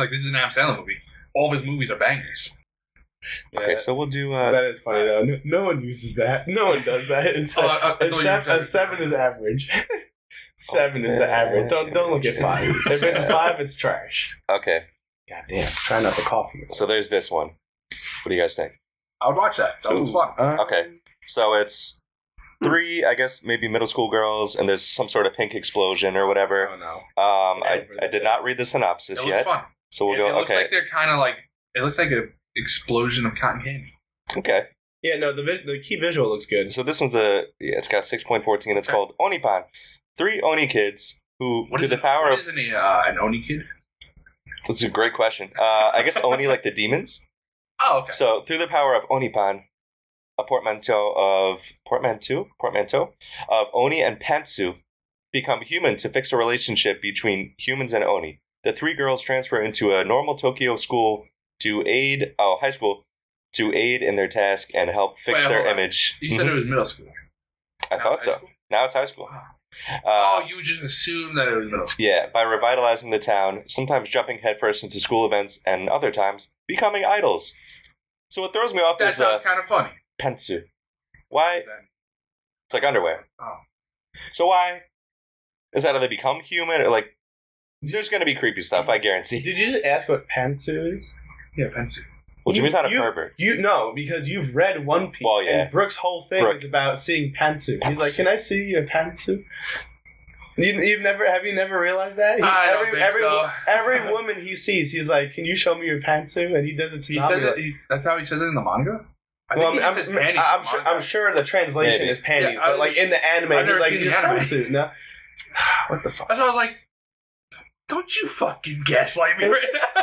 Like this is an Adam Sandler movie. All of his movies are bangers.
Yeah,
Okay, so we'll do.
that-
uh
that is funny though. No, no one uses that. No one does that. It's
Oh, I- I- I
a,
thought you
sev-
said-
a seven is average.
Oh,
Seven is the average. Don't don't look at five. If it's five, it's trash.
Okay,
God damn! Try not to cough you.
so there's this one. What do you guys think?
I would watch that. That was
Ooh,
fun.
uh,
Okay. So it's three, I guess, maybe middle school girls, and there's some sort of pink explosion or whatever.
no.
Um, I, I did not read the
It
synopsis
looks
yet.
fun.
So we'll
it, it
go.
looks
Okay,
like they're kind of like it looks like an explosion of cotton candy.
okay.
Yeah, no, the vi- the key visual looks good.
So this one's a yeah, it's got six point fourteen. It's called Onipan. Three Oni kids who,
What
to
is
the
an-
power of.
what is an, uh, an oni kid?
That's a great question. Uh, I guess Oni like the demons.
Oh, okay.
So through the power of Onipan, a portmanteau of portmanteau portmanteau of Oni and Pantsu, become human to fix a relationship between humans and Oni. The three girls transfer into a normal Tokyo school to aid oh high school to aid in their task and help fix
Wait,
their
hold on.
image.
You said
Mhm.
it was middle school.
I
not
thought
high
so.
school?
Now it's high school.
Wow.
Uh,
Oh, you just assumed that it was middle school.
Yeah, by revitalizing the town, sometimes jumping headfirst into school events, and other times becoming idols. So what throws me off
That
is the
sounds kind of funny.
pantsu. Why?
Then.
It's like underwear.
Oh.
So why? Is that how they become human or like? There's gonna be creepy stuff, I guarantee.
Did you just ask what pantsu is?
Yeah, pencil.
Well, Jimmy's not a
you,
pervert.
You know because you've read One Piece.
Well, yeah.
And Brooke's whole thing
Brooke.
is about seeing pantsu. He's like,
Pantsu.
"Can I see your pantsu?" You, you've never have you never realized that? He-
I don't think
every,
so.
every woman he sees, he's like, "Can you show me your pantsu?" And he does it to
He
Nami,
says
like-
that he, that's how he says it in the manga. I think
Well,
he
I'm,
just says
I'm-
panties. in the
I'm sure,
manga.
I'm sure the translation
Maybe.
is panties,
Yeah, I-
but like in the anime,
I've
he's
never
like,
seen the
"Your
anime."
pantsu, No. what the fuck?
That's why I was like, "Don't you fucking gaslight me!" Right now.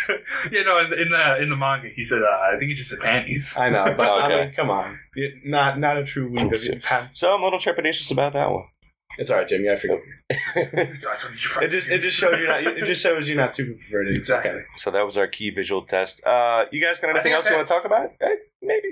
you know, in, in the in the manga, he said, uh, "I think he just said panties."
I know, but
Okay.
I mean, come on, You're not not a true weeb of
Pantsu.
your pants.
So I'm a little trepidatious about that one.
It's all right, Jimmy. I forget.
So I
Oh,
told you you
It
fucking-
just it just shows you not it just shows you not super perverted. It's okay.
So that was our key visual test. Uh, you guys got
I
anything
think
else you want to
that's-
talk about? Eh, maybe.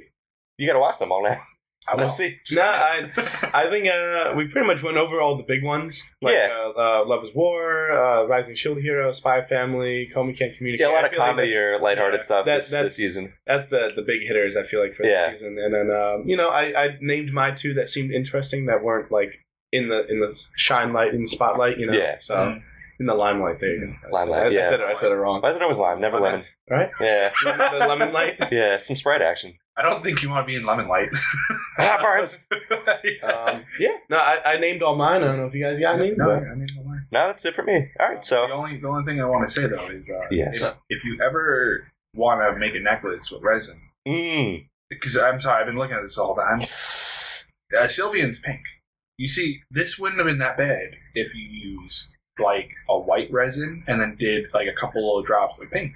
You gotta watch them all now.
I will.
Let's see.
No, I I think uh, we pretty much went over all the big ones. Like,
Yeah.
Uh, uh, Love is War, uh, Rising Shield Hero, Spy Family, Comey Can't Communicate.
Yeah, a lot
I
of
feel like
comedy or lighthearted
yeah,
stuff
that-
this, this
that's-
season.
that's the the big hitters I feel like for
Yeah.
the season. And then um, you know, I, I named my two that seemed interesting that weren't like in the in the shine light in the spotlight, you know.
Yeah.
So
Mm.
in the limelight, there you go.
Limelight,
I, I
yeah.
said it. I said it wrong.
Why is it always lime? Never
Lemon.
lemon.
Right?
Yeah.
the lemon light.
Yeah, some Sprite action.
I don't think you want to be in lemon light.
Ah, burns.
Um, yeah. No, I, I named all mine. I don't know if you guys got any.
no,
but-
I mean, don't worry.
No, that's it for me. All right,
the
so
only the only thing I want to say though is uh,
Yes.
if, if you ever want to make a necklace with resin,
mm,
because I'm sorry, I've been looking at this all the time. Uh, Sylvian's pink. You see, this wouldn't have been that bad if you used like a white resin and then did like a couple little drops of pink.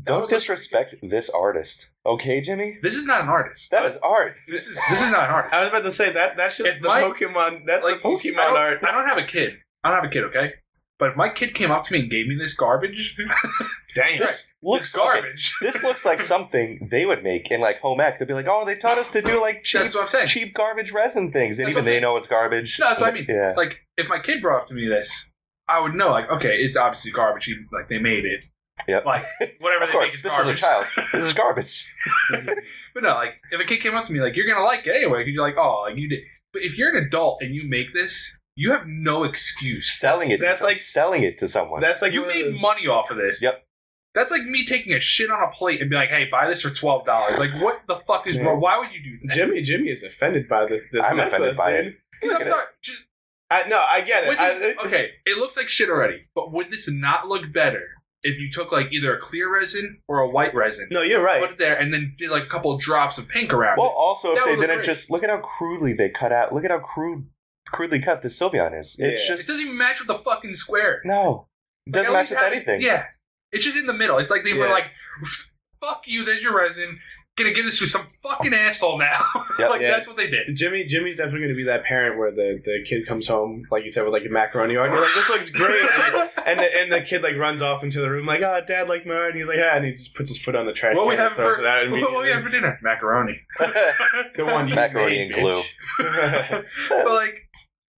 don't disrespect this artist. Okay, Jimmy?
This is not an artist.
That is art.
This is this is not an artist.
I was about to say that that's just
If
the
my-
Pokemon. That's
like
the
I
Pokemon
don't,
art.
I don't have a kid. I don't have a kid. Okay, but if my kid came up to me and gave me this garbage,
Dang.
This
this
looks okay,
garbage.
This looks like something they would make in like home ec. They'd be like, "Oh, they taught us to do like cheap,
That's what I'm saying.
cheap garbage resin things, and
That's
even
what I'm
they
saying.
know it's garbage."
No, that's what I mean.
Yeah,
Like if my kid brought up to me this, I would know. Like okay, it's obviously garbage. He, like they made it.
Yep.
Like whatever.
of
they
course.
Make, it's
This
garbage.
is a child. This is garbage.
But no, like if a kid came up to me like you're gonna like it anyway, because you're like oh like, you did. But if you're an adult and you make this, you have no excuse.
Selling it.
That's
to, like
like-
selling it to someone.
That's like
you
one of
made
those-
money off of this.
Yep.
That's like me taking a shit on a plate and being like, "Hey, buy this for twelve dollars." Like, what the fuck is
Yeah.
wrong? Why would you do that?
Jimmy, Jimmy is offended by this. this
I'm offended
necklace,
by
dude.
it.
Because
Look
I'm
at it.
sorry. Just,
I no, I get it.
Would
I,
this, okay, it looks like shit already, but would this not look better if you took like either a clear resin or a white resin,
no, you're right.
put it there, and then did like a couple of drops of pink around
Well, also if
That
they
would look
didn't
great.
just look at how crudely they cut out. Look at how crude, crudely cut the Sylveon is. It's
Yeah.
it? It
just
doesn't even match with the fucking square.
no. It
Like,
doesn't
at
match
least
with
have it-
anything.
Yeah, it's just in the middle. It's like they were
Yeah.
like, "Fuck you, there's your resin." Gonna give this to some fucking asshole now.
Yep.
like
Yeah.
that's what they did.
Jimmy, Jimmy's definitely going to be that parent where the, the kid comes home, like you said, with like a macaroni art. You're like, this looks great, and the, and the kid like runs off into the room, like, oh, dad liked my art, and he's like, ah, and he just puts his foot on the trash.
what we
can and
have
throws
for
it out
what we
immediately.
have for dinner? Macaroni.
the one you
Macaroni
made,
and glue.
bitch.
but like,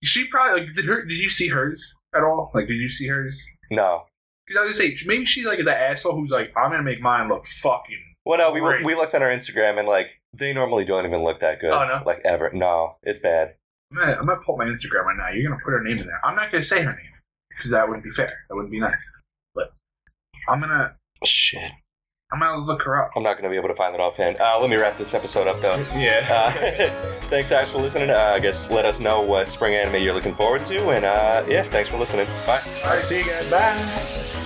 she probably like, did her. Did you see hers at all? Like, did you see hers?
No.
Because I was gonna say maybe she's like the asshole who's like, I'm gonna make mine look fucking.
Well, no, we
Great.
we looked on our Instagram and like they normally don't even look that good.
Oh, no?
Like ever. No, it's bad.
I'm gonna, I'm gonna pull up my Instagram right now. You're gonna put her name in there. I'm not gonna say her name because that wouldn't be fair. That wouldn't be nice. But I'm gonna
Shit.
I'm gonna look her up.
I'm not gonna be able to find it offhand. Uh, let me wrap this episode up though.
yeah.
Uh, thanks guys for listening. Uh, I guess let us know what spring anime you're looking forward to, and uh, yeah, thanks for listening. Bye.
All right, see you guys. Bye.